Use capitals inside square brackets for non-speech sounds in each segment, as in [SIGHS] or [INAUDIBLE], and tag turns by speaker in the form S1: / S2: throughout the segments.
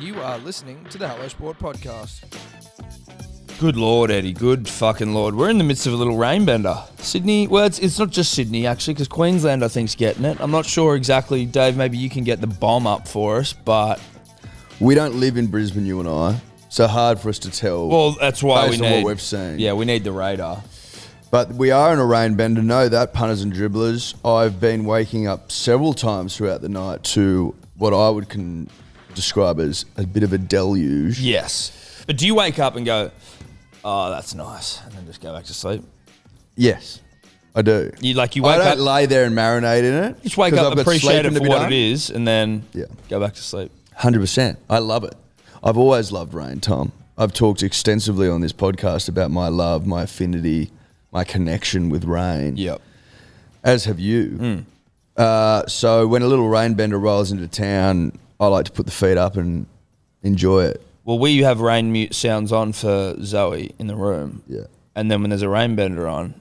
S1: You are listening to the Hello Sport podcast.
S2: Good lord, Eddie. Good fucking lord. We're in the midst of a little rain bender. Sydney, well, it's, it's not just Sydney, actually, because Queensland, I think, is getting it. I'm not sure exactly. Dave, maybe you can get the bomb up for us, but.
S3: We don't live in Brisbane, you and I, so hard for us to tell.
S2: Well, that's why
S3: based
S2: we
S3: on
S2: need.
S3: what we've seen.
S2: Yeah, we need the radar.
S3: But we are in a rain bender. Know that, punters and dribblers. I've been waking up several times throughout the night to what I would can describe as a bit of a deluge.
S2: Yes. But do you wake up and go, oh, that's nice, and then just go back to sleep?
S3: Yes, I do.
S2: You like, you
S3: I
S2: wake
S3: don't
S2: up.
S3: lay there and marinate in it.
S2: just wake
S3: 'cause
S2: up,
S3: I've got
S2: appreciate
S3: sleeping
S2: it
S3: to
S2: for
S3: be
S2: what
S3: done.
S2: it is, and then
S3: Yeah.
S2: go back to sleep.
S3: Hundred percent. I love it. I've always loved rain, Tom. I've talked extensively on this podcast about my love, my affinity, my connection with rain. As have you.
S2: Hmm.
S3: Uh, so when a little rain bender rolls into town, I like to put the feet up and enjoy it.
S2: Well, we have rain mute sounds on for Zoe in the room.
S3: Yeah.
S2: And then when there's a rain bender on,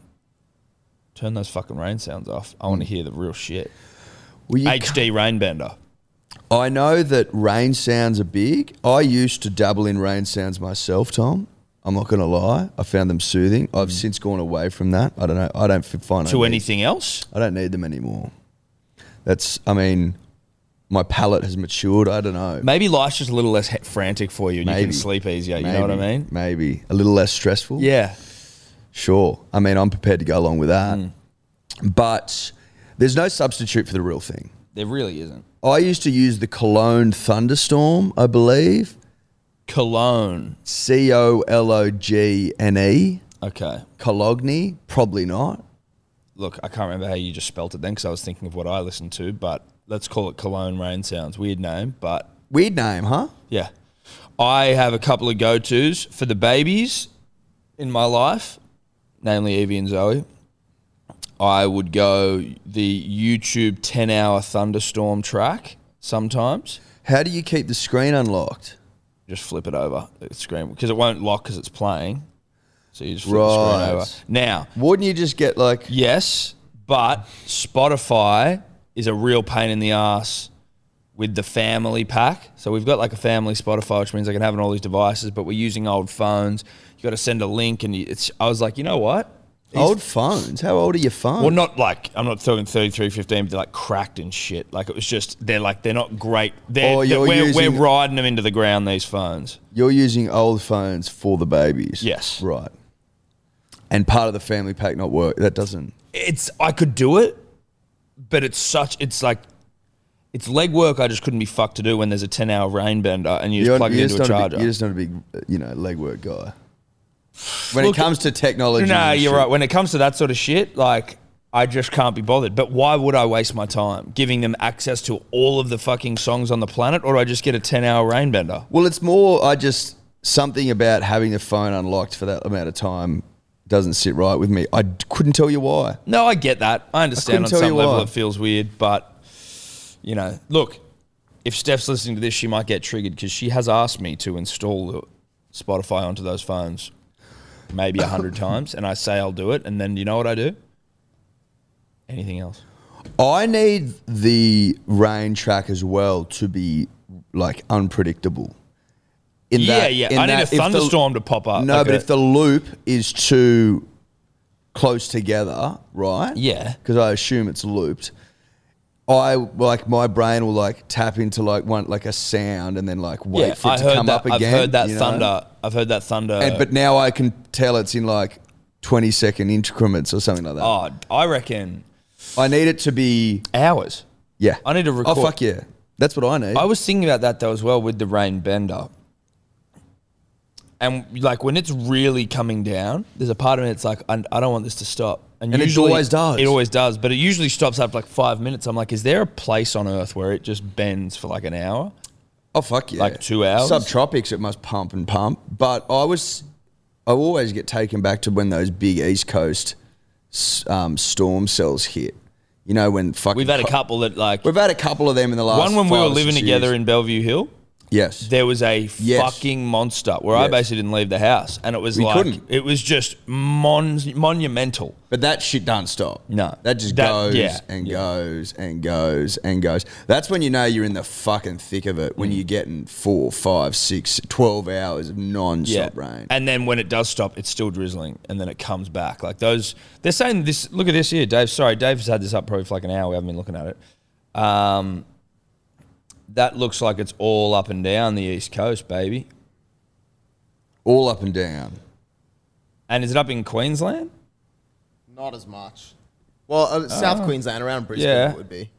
S2: turn those fucking rain sounds off. I want to hear the real shit.
S3: Well, you
S2: HD rain bender.
S3: I know that rain sounds are big. I used to dabble in rain sounds myself, Tom. I'm not going to lie. I found them soothing. I've since gone away from that. I don't know. I don't f- find I
S2: Hmm. To
S3: need-
S2: anything else?
S3: I don't need them anymore. That's. I mean, my palate has matured. I don't know.
S2: Maybe life's just a little less he- frantic for you and you
S3: Maybe.
S2: can sleep easier. You know what I
S3: Maybe-
S2: mean?
S3: Maybe a little less stressful.
S2: Yeah.
S3: Sure. I mean, I'm prepared to go along with that. But there's no substitute for the real thing.
S2: There really isn't.
S3: I used to use the Cologne thunderstorm, I believe.
S2: Cologne.
S3: C O L O G N E.
S2: Okay.
S3: Cologne, probably not.
S2: Look, I can't remember how you just spelt it then because I was thinking of what I listened to, but let's call it Cologne Rain Sounds. Weird name, but
S3: Weird name, huh?
S2: Yeah. I have a couple of go tos for the babies in my life, namely Evie and Zoe. I would go the YouTube 10 hour thunderstorm track sometimes.
S3: How do you keep the screen unlocked?
S2: Just flip it over, the screen, because it won't lock because it's playing. So you just flip the
S3: Right.
S2: screen over. Now,
S3: Wouldn't you just get like,
S2: Yes, but Spotify is a real pain in the ass with the family pack. So we've got like a family Spotify, which means I can have it on all these devices, but we're using old phones. You got to send a link, and you, it's. I was like, you know what?
S3: old phones? How old are your phones?
S2: Well, not like I'm not talking 3315, but they're like cracked and shit. Like it was just they're like they're not great. They're,
S3: Oh,
S2: they're-
S3: you're
S2: we're, we're
S3: using-
S2: riding them into the ground. These phones.
S3: You're using old phones for the babies.
S2: Yes.
S3: Right. And part of the family pack not work. That doesn't.
S2: it's I could do it, but it's such it's like it's legwork I just couldn't be fucked to do when there's a ten hour rain bender and you just plug it into a
S3: not
S2: charger.
S3: Big, you're just not a big, you know, legwork guy. When
S2: Look,
S3: it comes to technology,
S2: no,
S3: and
S2: you're
S3: shit,
S2: right. When it comes to that sort of shit, like I just can't be bothered. But why would I waste my time giving them access to all of the fucking songs on the planet, or do I just get a ten hour rain bender?
S3: Well, it's more. I just something about having the phone unlocked for that amount of time doesn't sit right with me. I d- couldn't tell you why.
S2: No, I get that. I understand
S3: couldn't
S2: on
S3: tell
S2: some
S3: you
S2: level
S3: why.
S2: it feels weird, but you know, look, if Steph's listening to this, she might get triggered because she has asked me to install the Spotify onto those phones maybe a
S3: [LAUGHS]
S2: hundred times, and I say I'll do it, and then you know what I do? Anything else?
S3: I need the rain track as well to be like unpredictable. In that-
S2: yeah,
S3: in
S2: yeah. I need
S3: that
S2: a
S3: if the-
S2: thunderstorm to pop up.
S3: No,
S2: like
S3: but
S2: a-
S3: if the loop is too close together, right?
S2: Yeah.
S3: Because I assume it's looped. I like my brain will like tap into like one like a sound and then like wait
S2: yeah,
S3: for it
S2: I
S3: to
S2: heard
S3: come
S2: that.
S3: up again.
S2: I've heard that
S3: you know?
S2: thunder. I've heard that thunder.
S3: And, but now I can tell it's in like twenty second increments or something like that.
S2: oh, I reckon
S3: I need it to be
S2: hours.
S3: yeah.
S2: I need to record-
S3: Oh fuck yeah, that's what I need.
S2: I was thinking about that though as well with the rain bender. And like when it's really coming down, there's a part of me that's like, I, I don't want this to stop.
S3: And it always does.
S2: It always does, but it usually stops after like five minutes. I'm like, is there a place on Earth where it just bends for like an hour?
S3: Oh fuck yeah!
S2: Like two hours?
S3: Subtropics, it must pump and pump. But I was, I always get taken back to when those big East Coast s- um, storm cells hit. You know when fucking
S2: We've had a
S3: co-
S2: couple that like
S3: We've had a couple of them in the last.
S2: one when we
S3: five
S2: were
S3: or
S2: living
S3: six
S2: together
S3: years.
S2: in Bellevue Hill.
S3: Yes.
S2: there was a
S3: Yes.
S2: fucking monster where I
S3: Yes.
S2: basically didn't leave the house, and it was
S3: We
S2: like
S3: couldn't.
S2: it was just mon- monumental.
S3: But that shit don't stop.
S2: No.
S3: That just
S2: That-
S3: goes
S2: yeah,
S3: and
S2: yeah.
S3: goes and goes and goes. That's when you know you're in the fucking thick of it
S2: Mm.
S3: when you're getting four, five, six, 12 hours of non stop rain.
S2: And then when it does stop, it's still drizzling, and then it comes back. Like those, they're saying this. Look at this here, Dave. Sorry, Dave's had this up probably for like an hour. We haven't been looking at it. Um, that looks like it's all up and down the east coast, baby.
S3: All up and down.
S2: And is it up in Queensland?
S4: Not as much. Well, uh, South Queensland around Brisbane
S2: yeah.
S4: it would be.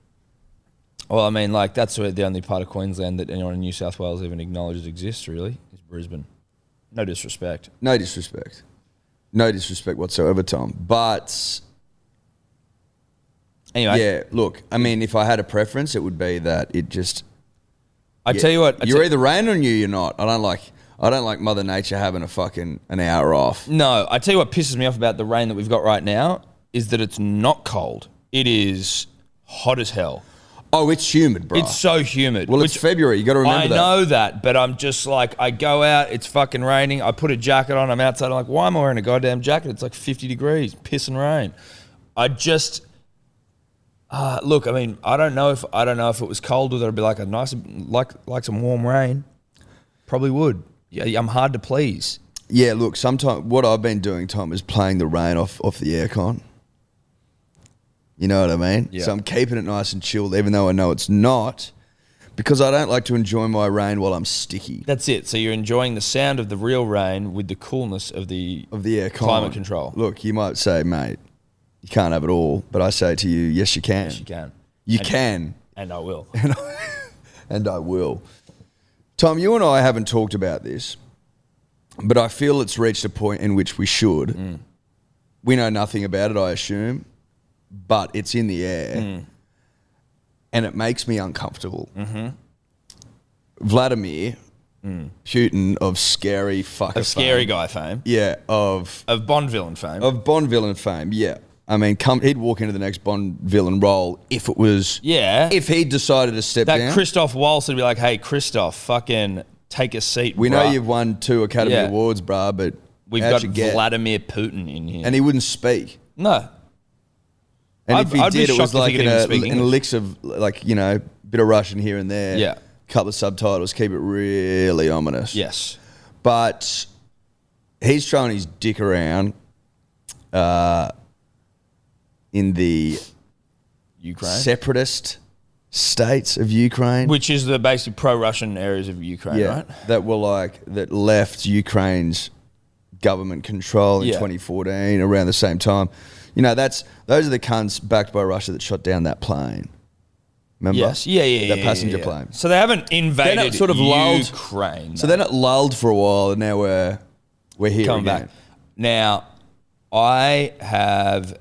S2: Well, I mean, like that's the only part of Queensland that anyone in New South Wales even acknowledges exists. Really, is Brisbane. No disrespect.
S3: No disrespect. No disrespect whatsoever, Tom. But
S2: Anyway,
S3: yeah, look, I mean, if I had a preference, it would be that it just.
S2: I tell you what, I
S3: you're
S2: te-
S3: either raining on you, you're not. I don't like. I don't like Mother Nature having a fucking an hour off.
S2: No, I tell you what pisses me off about the rain that we've got right now is that it's not cold. It is hot as hell.
S3: Oh, it's humid, bro.
S2: It's so humid.
S3: well, it's
S2: which-
S3: February. You got to remember
S2: I
S3: that.
S2: know that, but I'm just like, I go out, it's fucking raining. I put a jacket on, I'm outside. I'm like, why am I wearing a goddamn jacket? It's like 50 degrees, pissing rain. I just, uh, look, I mean, I don't know if I don't know if it was cold whether it'd be like a nice, like like some warm rain. Probably would. Yeah, I'm hard to please.
S3: Yeah, look, sometimes what I've been doing, Tom, is playing the rain off off the aircon. You know what I mean?
S2: Yeah.
S3: So I'm keeping it nice and chilled, even though I know it's not, because I don't like to enjoy my rain while I'm sticky
S2: That's it. So you're enjoying the sound of the real rain with the coolness of the
S3: of the aircon.
S2: climate control.
S3: Look, you might say, mate, you can't have it all, but I say to you, yes, you can.
S2: Yes, you can.
S3: You
S2: And-
S3: can,
S2: and I
S3: [LAUGHS]
S2: will.
S3: and I will. Tom, you and I haven't talked about this, but I feel it's reached a point in which we should.
S2: Mm.
S3: We know nothing about it, I assume, but it's in the air
S2: Mm.
S3: and it makes me uncomfortable.
S2: Mm-hmm.
S3: Vladimir Putin of scary fucker.
S2: Mm. Of scary
S3: fame.
S2: guy fame,
S3: Yeah, of
S2: of Bond villain fame.
S3: of Bond villain fame, yeah. I mean, come he'd walk into the next Bond villain role if it was
S2: yeah,
S3: if he decided to step
S2: that
S3: down.
S2: Christoph Waltz would be like, "Hey, Christoph, fucking take a seat."
S3: we know
S2: bruh.
S3: you've won two Academy
S2: Yeah.
S3: Awards, bruh, but
S2: We've
S3: how'd
S2: got
S3: you get?
S2: Vladimir Putin in here.
S3: and he wouldn't speak.
S2: no,
S3: And
S2: I'd-
S3: if he
S2: I'd be
S3: did, it
S2: shocked
S3: was
S2: if he
S3: like
S2: could
S3: in
S2: even
S3: a,
S2: speak
S3: in a
S2: English.
S3: licks of like you know, bit of Russian here and there.
S2: Yeah.
S3: couple of subtitles, keep it really ominous.
S2: yes,
S3: but he's throwing his dick around uh, in the
S2: Ukraine,
S3: separatist states of Ukraine.
S2: which is the basic pro-Russian areas of Ukraine,
S3: yeah,
S2: right?
S3: that were like that left Ukraine's government control in
S2: Yeah.
S3: 2014 around the same time. You know, that's those are the cunts backed by Russia that shot down that plane. Remember?
S2: Yes, yeah, yeah, yeah.
S3: that
S2: yeah,
S3: passenger
S2: yeah.
S3: plane.
S2: So they haven't invaded
S3: sort of lulled-
S2: Ukraine.
S3: So then it lulled for a while, and now we're we're here
S2: Coming
S3: again.
S2: back. Now, I have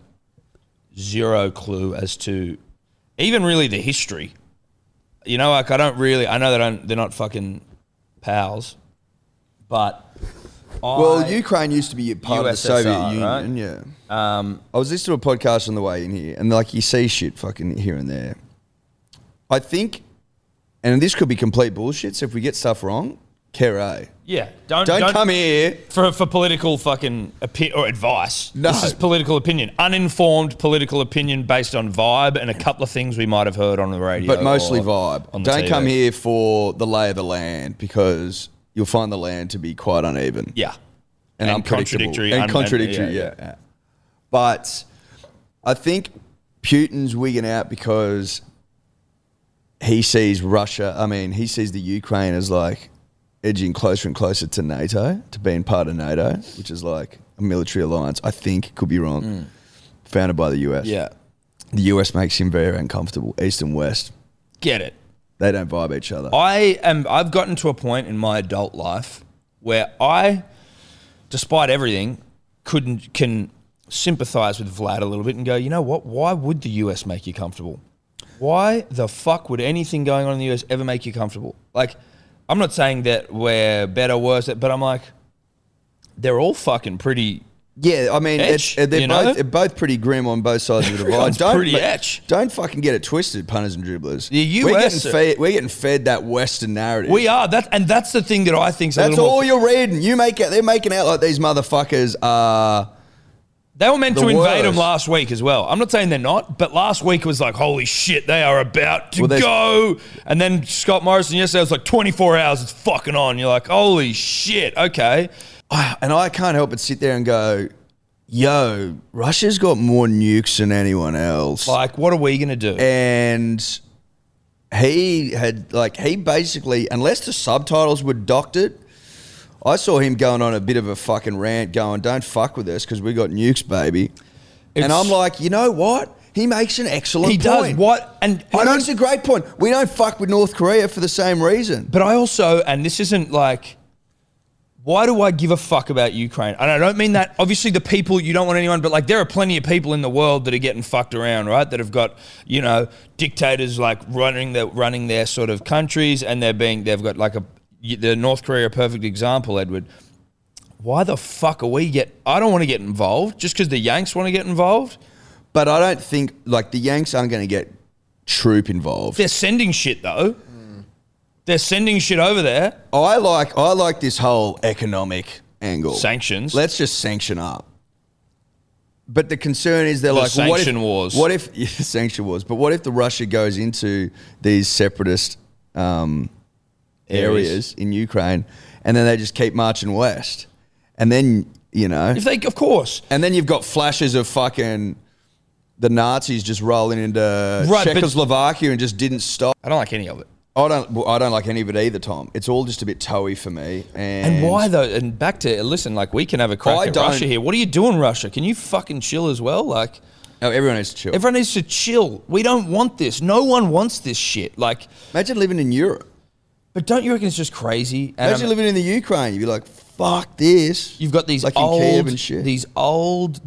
S2: zero clue as to even really the history. You know, like I don't really. I know they don't. They're not fucking pals, but I,
S3: Well, Ukraine used to be part of the Soviet
S2: USSR, right? Um,
S3: Union. Yeah. I was listening to a podcast on the way in here, and like you see shit fucking here and there. I think, and this could be complete bullshit. So if we get stuff wrong, care a.
S2: yeah. Don't
S3: Don't, come here.
S2: for for political fucking opi- or advice.
S3: No.
S2: This is political opinion, uninformed political opinion based on vibe and a couple of things we might have heard on the radio,
S3: But mostly
S2: or
S3: vibe.
S2: on the
S3: Don't
S2: TV.
S3: come here for the lay of the land because you'll find the land to be quite uneven
S2: Yeah,
S3: and,
S2: And
S3: unpredictable
S2: contradictory,
S3: and
S2: un- and-
S3: contradictory.
S2: yeah,
S3: yeah, yeah. But I think Putin's wigging out because he sees Russia. I mean, he sees the Ukraine as like edging closer and closer to NATO, to being part of NATO, which is like a military alliance. I think could be wrong. Founded by the US.
S2: Mm. yeah.
S3: The US makes him very uncomfortable. East and West,
S2: Get it.
S3: they don't vibe each other.
S2: I am. I've gotten to a point in my adult life where I, despite everything, couldn't can sympathize with Vlad a little bit and go, you know what? Why would the US make you comfortable? Why the fuck would anything going on in the US ever make you comfortable? Like, I'm not saying that we're better, worse, but I'm like, they're all fucking pretty
S3: Yeah, I mean,
S2: Etch,
S3: it, it- they're
S2: you know?
S3: both they're both pretty grim on both sides of the
S2: [LAUGHS]
S3: divide.
S2: Everyone's
S3: don't
S2: pretty
S3: ma-
S2: etch.
S3: Don't fucking get it twisted, punters and dribblers.
S2: The
S3: we're
S2: US
S3: getting fed. We're getting fed that Western narrative.
S2: We are that, and that's the thing that I think is a
S3: That's
S2: little
S3: all
S2: more.
S3: you're reading. You make it. They're making out like these motherfuckers are. [SIGHS]
S2: They were meant
S3: the
S2: to invade them
S3: worst.
S2: last week as well. I'm not saying they're not, but last week was like, holy shit, they are about to
S3: Well, there's-
S2: go. And then Scott Morrison yesterday was like, 24 hours, it's fucking on. You're like, holy shit, okay.
S3: And I can't help but sit there and go, "Yo, Russia's got more nukes than anyone else."
S2: Like, what are we gonna do?
S3: Eh, and he had like he basically unless the subtitles were doctored i saw him going on a bit of a fucking rant going don't fuck with us because we got nukes baby and
S2: It's-
S3: i'm like you know what he makes an excellent
S2: he does
S3: point.
S2: what? And
S3: he
S2: I don't
S3: makes a great point we don't fuck with north korea for the same reason
S2: But I also, and this isn't like, why do I give a fuck about Ukraine? And I don't mean that. Obviously, the people you don't want anyone, but like there are plenty of people in the world that are getting fucked around, right? That have got you know dictators like running their running their sort of countries, and they're being they've got like a the North Korea a perfect example, Edward. Why the fuck are we get? I don't want to get involved just because the Yanks want to get involved.
S3: but i don't think like the yanks aren't going to get troop involved
S2: They're sending shit though. They're sending shit over there.
S3: Oh, i like i like this whole economic angle
S2: Sanctions.
S3: Let's just sanction up. But the concern is they're like well, what if-
S2: sanction wars.
S3: What if [LAUGHS] yeah, sanction wars? But what if the Russia goes into these separatist um,
S2: Areas.
S3: areas. in Ukraine, and then they just keep marching west, and then you know,
S2: if they, of course,
S3: and then you've got flashes of fucking the Nazis just rolling into
S2: Right, but-
S3: Czechoslovakia and just didn't stop.
S2: I don't like any of it.
S3: I don't. well, I don't like any of it either, Tom. It's all just a bit toey for me. And,
S2: And why though? And back to listen, like we can have a crack
S3: I
S2: at
S3: don't-
S2: Russia here. What are you doing, Russia? Can you fucking chill as well? Like
S3: Oh, everyone needs to chill.
S2: everyone needs to chill. We don't want this. No one wants this shit. Like,
S3: Imagine living in Europe.
S2: but don't you reckon it's just crazy? And
S3: Imagine
S2: I'm-
S3: living in the Ukraine, you'd be like, "Fuck this."
S2: you've got these
S3: like in
S2: old,
S3: Kiev and shit.
S2: these old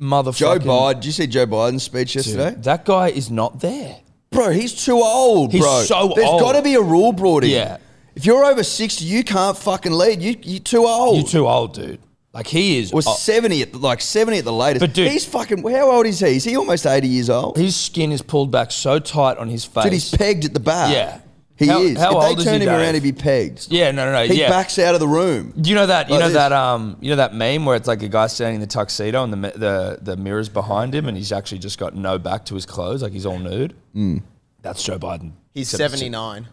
S2: motherfucking.
S3: Joe Biden. Did you see Joe Biden's speech yesterday,
S2: That guy is not there.
S3: bro? He's too old,
S2: He's
S3: bro.
S2: so
S3: There's
S2: old.
S3: got to be a rule brought in.
S2: Yeah.
S3: If you're over sixty, you can't fucking lead. You you're too old.
S2: You're too old, dude. Like he is.
S3: was
S2: o-
S3: seventy at like seventy at the latest.
S2: But dude-
S3: he's fucking. How old is he? Is he almost eighty years old?
S2: his skin is pulled back so tight on his face.
S3: Dude, he's pegged at the bar.
S2: Yeah.
S3: he
S2: How-
S3: is.
S2: how
S3: if
S2: old
S3: they
S2: is
S3: turn
S2: he,
S3: him around,
S2: Dave?
S3: he'd be pegged.
S2: yeah, no, no, no.
S3: He
S2: yeah.
S3: backs out of the room.
S2: Do you know that? You
S3: Like
S2: know
S3: this.
S2: that? Um, you know that meme where it's like a guy standing in the tuxedo and the mi- the the mirror's behind him, and he's actually just got no back to his clothes, like he's all nude.
S3: Hmm.
S2: That's Joe Biden.
S4: He's
S2: Except it's-
S4: 79.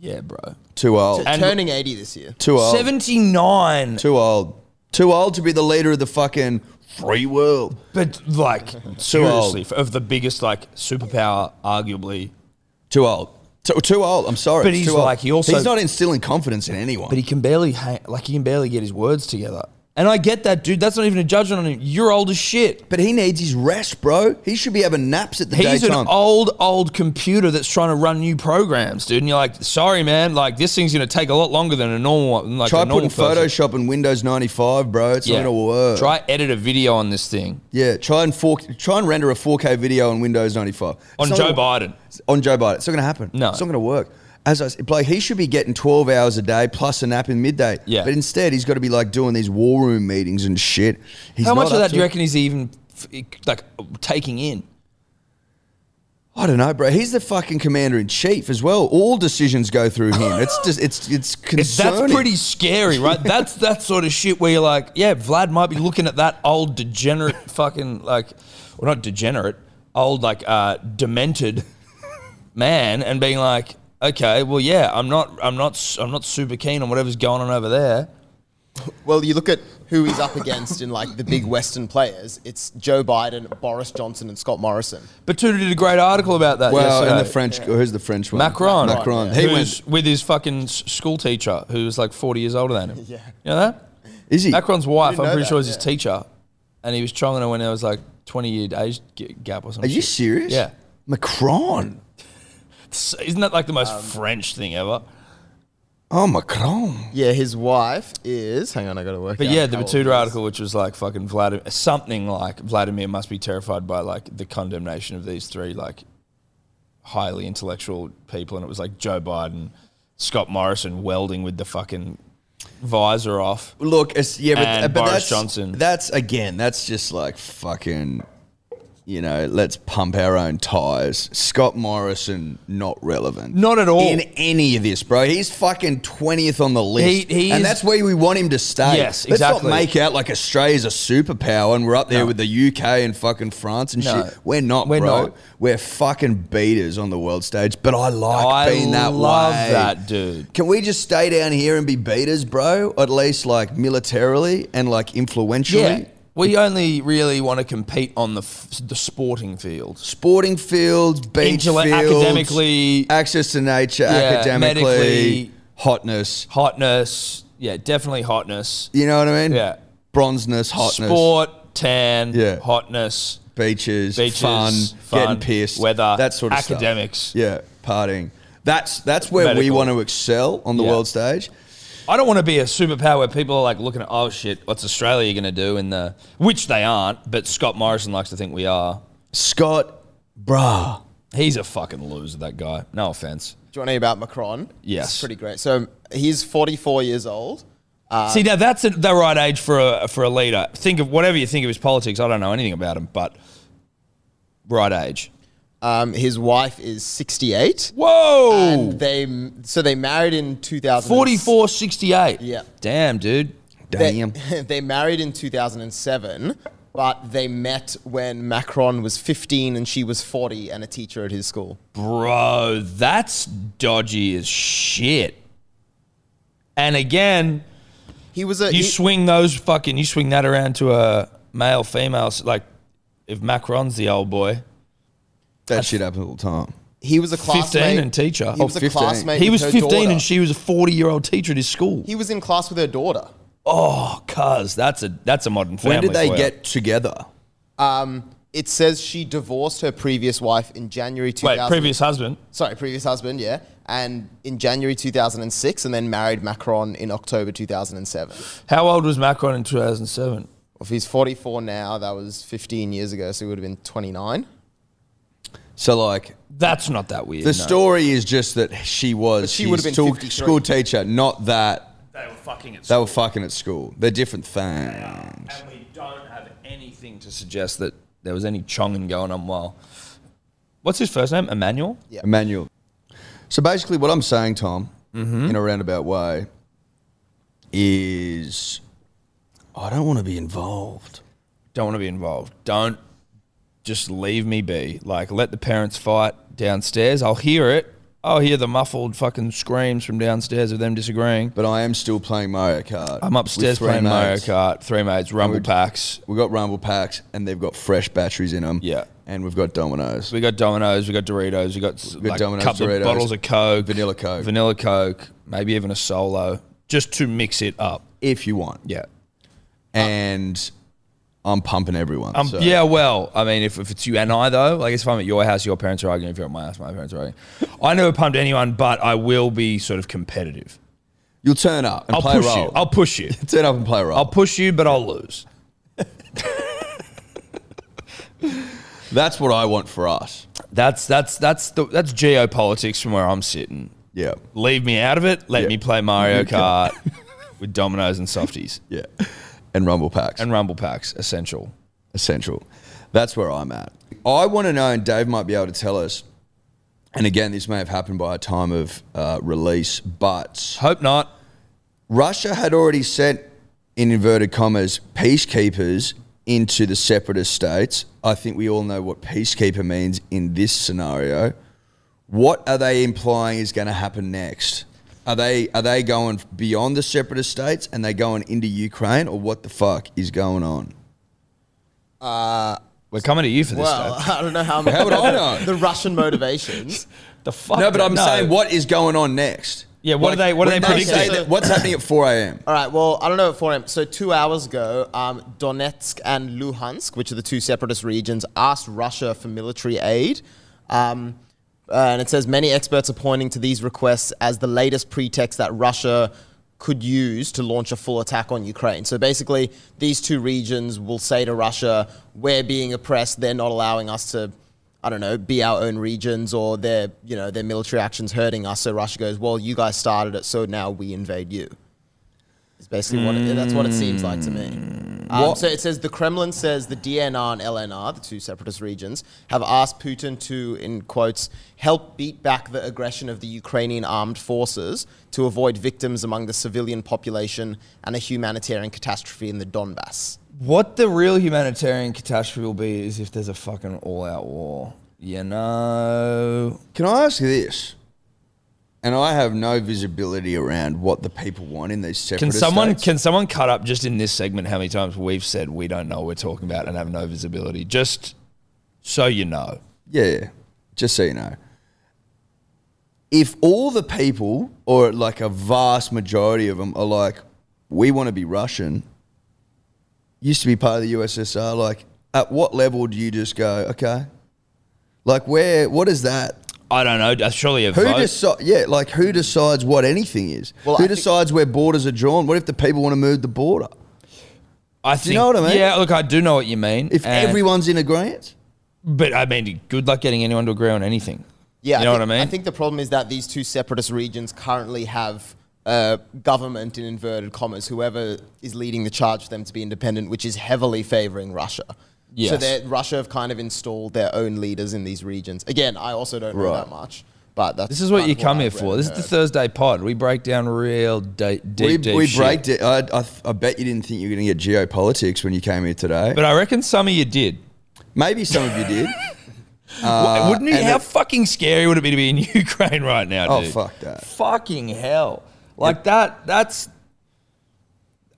S2: Yeah, bro.
S3: Too old.
S2: And-
S4: turning 80 this year.
S3: Too old.
S2: Seventy nine.
S3: Too old. Too old to be the leader of the fucking free world.
S2: But
S3: [LAUGHS]
S2: like,
S3: old.
S2: seriously, of the biggest like superpower, arguably.
S3: Too old. Too, too old. I'm sorry.
S2: But
S3: It's
S2: he's
S3: too old.
S2: like- he also-
S3: he's not instilling confidence in anyone.
S2: But he can barely hang, like he can barely get his words together. And I get that, dude. That's not even a judgment on him. You're old as shit.
S3: But he needs his rest, bro. He should be having naps at the
S2: He's
S3: daytime.
S2: an old, old computer that's trying to run new programs, dude. And you're like, sorry, man, like this thing's gonna take a lot longer than a normal one. Like
S3: Try
S2: a normal
S3: putting Photoshop in Windows 95, bro. It's
S2: Yeah.
S3: not gonna work.
S2: Try edit a video on this thing
S3: yeah. Try and four, try and render a 4K video on Windows 95 It's
S2: on
S3: not
S2: Joe
S3: gonna-
S2: Biden.
S3: On Joe Biden, it's not gonna happen.
S2: No.
S3: it's not gonna work. As I s- like, he should be getting 12 hours a day plus a nap in midday.
S2: Yeah.
S3: But instead, he's got to be like doing these war room meetings and shit. He's
S2: How
S3: not
S2: much of
S3: up
S2: that
S3: to
S2: do you
S3: it.
S2: reckon he's even f- like taking in?
S3: I don't know, bro. He's the fucking commander in chief as well. All decisions go through him. It's just it's it's
S2: It's, [LAUGHS]
S3: concerning.
S2: that's pretty scary, right?
S3: [LAUGHS]
S2: that's that sort of shit where you're like, yeah, Vlad might be looking at that old degenerate fucking like, well, not degenerate, old like uh, demented man, and being like, okay, well, yeah, I'm not, I'm not, s- I'm not super keen on whatever's going on over there.
S4: Well, you look at who he's up against in like the big Western players. It's Joe Biden, Boris Johnson, and Scott Morrison.
S2: But Tudor did a great article about that.
S3: Well, and the
S2: yesterday.
S3: French. Who's the French one?
S2: Macron.
S3: Macron.
S2: He
S3: He
S2: was
S3: went.
S2: with his fucking s- school teacher who was like 40 years older
S3: [LAUGHS]
S2: than him.
S4: Yeah.
S2: You know that?
S3: Is he?
S2: Macron's wife, I'm
S4: know
S2: pretty
S4: that,
S2: sure, was his
S4: yeah.
S2: teacher. And he was chonging her when there was like 20 year age g- gap or
S3: Are
S2: something.
S3: you serious?
S2: Yeah.
S3: Macron.
S2: Isn't that like the
S4: Um,
S2: most French thing ever?
S3: Oh, Macron.
S4: Yeah, his wife is. Hang on, I got to work.
S2: But
S4: out
S2: yeah, the
S4: how old
S2: Batuta
S4: he is.
S2: article, which was like fucking Vladimir, something like Vladimir must be terrified by like the condemnation of these three like highly intellectual people. And it was like Joe Biden, Scott Morrison welding with the fucking visor off.
S3: Look, it's, yeah, but, uh,
S2: And
S3: but
S2: Boris
S3: that's,
S2: Johnson.
S3: That's again. That's just like fucking. You know, let's pump our own tires. Scott Morrison not relevant.
S1: Not at all.
S3: in any of this, bro. He's fucking twentieth on the list,
S1: He- he
S3: and
S1: is-
S3: that's where we want him to stay.
S2: Yes,
S3: Let's not
S2: exactly.
S3: make out like Australia's a superpower and we're up there with the UK and fucking France and
S1: No.
S3: shit. We're not,
S1: We're
S3: bro.
S1: not.
S3: We're fucking beaters on the world stage. But I like
S2: I
S3: being that
S2: love
S3: way.
S2: that dude.
S3: Can we just stay down here and be beaters, bro? At least like militarily and like influentially.
S2: Yeah. We only really want to compete on the f- the sporting field.
S3: Sporting fields, beach
S2: Intellect-
S3: fields,
S2: academically-
S3: access to nature,
S2: Yeah,
S3: academically,
S2: medically.
S3: hotness.
S2: Hotness, yeah, definitely hotness.
S3: You know what I mean?
S2: Yeah.
S3: Bronzeness, hotness,
S2: Sport, tan,
S3: Yeah.
S2: hotness,
S3: beaches,
S2: beaches,
S3: fun,
S2: fun,
S3: getting pissed,
S2: weather,
S3: that sort of
S2: academics.
S3: stuff. Yeah, partying. That's that's where we
S2: Medical.
S3: want to excel on the
S2: Yeah.
S3: world stage.
S2: I don't want to be a superpower where people are like looking at, oh shit, what's Australia going to do in the, which they aren't, but Scott Morrison likes to think we are.
S3: Scott, bruh.
S2: He's a fucking loser, that guy. No offense.
S4: Do you want to hear about Macron?
S2: Yes.
S4: It's pretty great. So he's 44 years old.
S3: Uh,
S2: See, now that's a, the right age for a, for a leader. Think of whatever you think of his politics. I don't know anything about him, but right age.
S4: Um, his wife is 68.
S2: Whoa!
S4: And they so they married in 2000.
S2: 44 68.
S4: Yeah.
S2: Damn, dude.
S4: They,
S3: Damn.
S4: [LAUGHS] they married in 2007, but they met when Macron was 15 and she was 40 and a teacher at his school.
S2: Bro, that's dodgy as shit. And again,
S4: He was a
S2: you
S4: he-
S2: swing those fucking, you swing that around to a male, female, s- like if Macron's the old boy,
S3: That shit happens all the time.
S4: he was a classmate
S2: 15 and teacher.
S4: He was
S3: Oh,
S4: a
S3: 15.
S4: classmate.
S2: He
S4: with
S2: was
S4: her
S2: 15
S4: daughter.
S2: and she was a 40 year old teacher at his school.
S4: He was in class with her daughter.
S2: Oh, cuz that's a that's a modern family.
S3: When did they
S2: for you.
S3: get together?
S4: Um, it says she divorced her previous wife in January 2000.
S2: Wait, previous husband.
S4: Sorry, previous husband, yeah. And in January 2006, and then married Macron in October 2007.
S2: How old was Macron in 2007?
S4: If he's 44 now, that was 15 years ago, so he would have been 29.
S3: So like
S2: That's not that weird.
S3: the
S2: no.
S3: story is just that she was
S4: she
S3: his
S4: would've been
S3: school,
S4: 53.
S3: school teacher, not that
S2: They were fucking at
S3: they were fucking at school. They're different things.
S2: And we don't have anything to suggest that there was any chonging going on while. What's his first name? Emmanuel?
S4: Yeah.
S3: Emmanuel. So basically, what I'm saying, Tom,
S2: Mm-hmm.
S3: in a roundabout way, is I don't want to be involved.
S2: Don't want to be involved. Don't just leave me be. Like, let the parents fight downstairs. I'll hear it. I'll hear the muffled fucking screams from downstairs of them disagreeing.
S3: But I am still playing Mario Kart.
S2: I'm
S3: with
S2: upstairs
S3: three
S2: playing Mario
S3: mates.
S2: Kart, three mates, rumble
S3: We're-
S2: packs.
S3: We've got Rumble Packs, and they've got fresh batteries in them.
S2: Yeah.
S3: And we've got Dominoes.
S2: We got Dominoes, we got Doritos, we got, s-
S3: got
S2: like
S3: Dominoes,
S2: a couple
S3: Doritos,
S2: of bottles of Coke,
S3: Vanilla Coke.
S2: vanilla Coke, maybe even a solo, just to mix it up.
S3: if you want.
S2: Yeah.
S3: And I'm pumping everyone.
S2: Um,
S3: so-
S2: Yeah, well, I mean, if, if it's you and I, though, like if I'm at your house, your parents are arguing. If you're at my house, my parents are arguing. I never pumped anyone, but I will be sort of competitive.
S3: You'll turn up and
S2: I'll
S3: play
S2: push
S3: a role.
S2: you. I'll push you.
S3: turn up and play a role.
S2: I'll push you, but I'll lose.
S3: That's what I want for us.
S2: That's that's that's the that's geopolitics from where I'm sitting.
S3: Yeah.
S2: Leave me out of it. Let
S3: Yeah.
S2: me play Mario Kart with dominoes and softies
S3: Yeah. And Rumble Packs.
S2: and rumble packs. Essential.
S3: essential. That's where I'm at. I want to know, and Dave might be able to tell us. And again, this may have happened by a time of uh, release, but
S2: Hope not.
S3: Russia had already sent, in inverted commas, peacekeepers into the separatist states. I think we all know what peacekeeper means in this scenario. What are they implying is going to happen next? Are they are they going beyond the separatist states and they going into Ukraine, or what the fuck is going on?
S2: We're coming to you for this.
S4: Well,
S2: Dave.
S4: [LAUGHS] I don't know how
S3: How would I know?
S4: [LAUGHS] the Russian motivations.
S2: the fuck.
S3: No, but I'm saying what is going on next?
S2: Yeah, what are they- what are
S3: when
S2: they
S3: say
S4: predicting?
S3: that- what's happening at 4 a.m.?
S4: All right. Well, I don't know at 4 a.m. So two hours ago, um, Donetsk and Luhansk, which are the two separatist regions, asked Russia for military aid. Um, uh, and it says many experts are pointing to these requests as the latest pretext that Russia could use to launch a full attack on Ukraine. So basically, these two regions will say to Russia, "We're being oppressed. They're not allowing us to." I don't know, be our own regions or their, you know, their military actions hurting us. So Russia goes, well, you guys started it, so now we invade you. It's basically what it, that's what it seems like to me. Um, so it says the Kremlin says the DNR and LNR, the two separatist regions, have asked Putin to, in quotes, help beat back the aggression of the Ukrainian armed forces to avoid victims among the civilian population and a humanitarian catastrophe in the Donbass.
S2: What the real humanitarian catastrophe will be is if there's a fucking all-out war. You know,
S3: Can I ask you this? And I have no visibility around what the people want in these separate
S2: can someone
S3: states.
S2: can someone cut up just in this segment how many times we've said we don't know what we're talking about and have no visibility? Just so you know,
S3: Yeah, yeah. Just so you know. If all the people, or like a vast majority of them, are like, we want to be Russian, used to be part of the USSR, like, at what level do you just go, okay? Like, where, what is that?
S2: I don't know. uh, Surely a
S3: Who
S2: vote.
S3: decides? Yeah, like who decides what anything is?
S4: Well,
S3: who
S4: I think-
S3: decides where borders are drawn? What if the people want to move the border?
S2: I think,
S3: you know what I mean?
S2: Yeah, look, I do know what you mean.
S3: If
S2: and-
S3: everyone's in agreement,
S2: but I mean, good luck getting anyone to agree on anything.
S4: Yeah,
S2: you know
S4: I think,
S2: what I mean.
S4: I think the problem is that these two separatist regions currently have uh, government in inverted commas, whoever is leading the charge for them to be independent, which is heavily favoring Russia. So
S2: Yes.
S4: they're- Russia have kind of installed their own leaders in these regions. Again, I also don't know
S3: Right.
S4: that much, but that's
S2: this is what
S4: kind
S2: you
S4: of
S2: come here
S4: I've read
S2: for.
S4: and
S2: This is the
S4: heard.
S2: Thursday pod. We break down real de- deep,
S3: we,
S2: deep
S3: we
S2: shit.
S3: break it. I, I, I bet you didn't think you were going to get geopolitics when you came here today.
S2: But I reckon some of you did.
S3: Maybe some of you
S2: [LAUGHS]
S3: did.
S2: Wha- Wouldn't it?
S3: Uh, and
S2: How
S3: it-
S2: fucking scary would it be to be in [LAUGHS] Ukraine right now?
S3: Oh,
S2: dude?
S3: fuck that.
S2: Fucking hell! Like that. That's.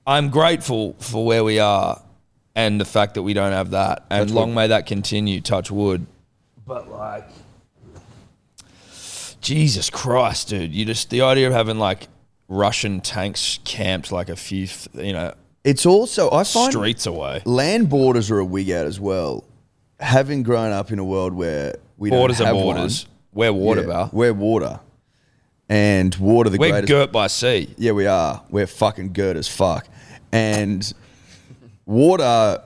S2: I'm grateful for where we are, and the fact that we don't have that, and
S3: Touch
S2: long
S3: wood.
S2: may that continue. Touch wood. But like, Jesus Christ, dude! You just the idea of having like Russian tanks camped like a few, f- you know,
S3: It's also I find
S2: streets away.
S3: land borders are a wig out as well. Having grown up in a world where we
S2: Borders
S3: don't
S2: are
S3: have
S2: borders. We're
S3: one,
S2: water,
S3: yeah,
S2: bar.
S3: we're water, and water the
S2: We're
S3: greatest.
S2: girt by sea.
S3: Yeah, we are. We're fucking good as fuck. And water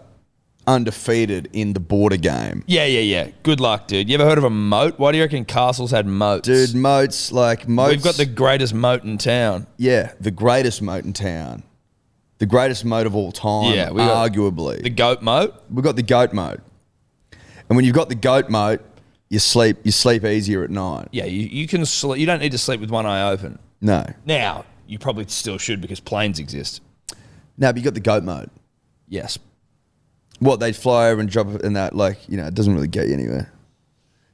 S3: undefeated in the border game.
S2: Yeah, yeah, yeah. Good luck, dude. You ever heard of a moat? Why do you reckon castles had moats?
S3: Dude, moats like moats.
S2: we've got the greatest moat in town.
S3: yeah, the greatest moat in town, the greatest moat of all time.
S2: Yeah, we got-
S3: arguably
S2: The goat moat.
S3: we've got the goat moat. And when you've got the goat moat, you sleep you sleep easier at night.
S2: Yeah, you, you can sleep. You don't need to sleep with one eye open.
S3: No,
S2: Now you probably still should because planes exist.
S3: no, but you got the goat moat.
S2: Yes.
S3: What they fly over and drop it and that like you know it doesn't really get you anywhere.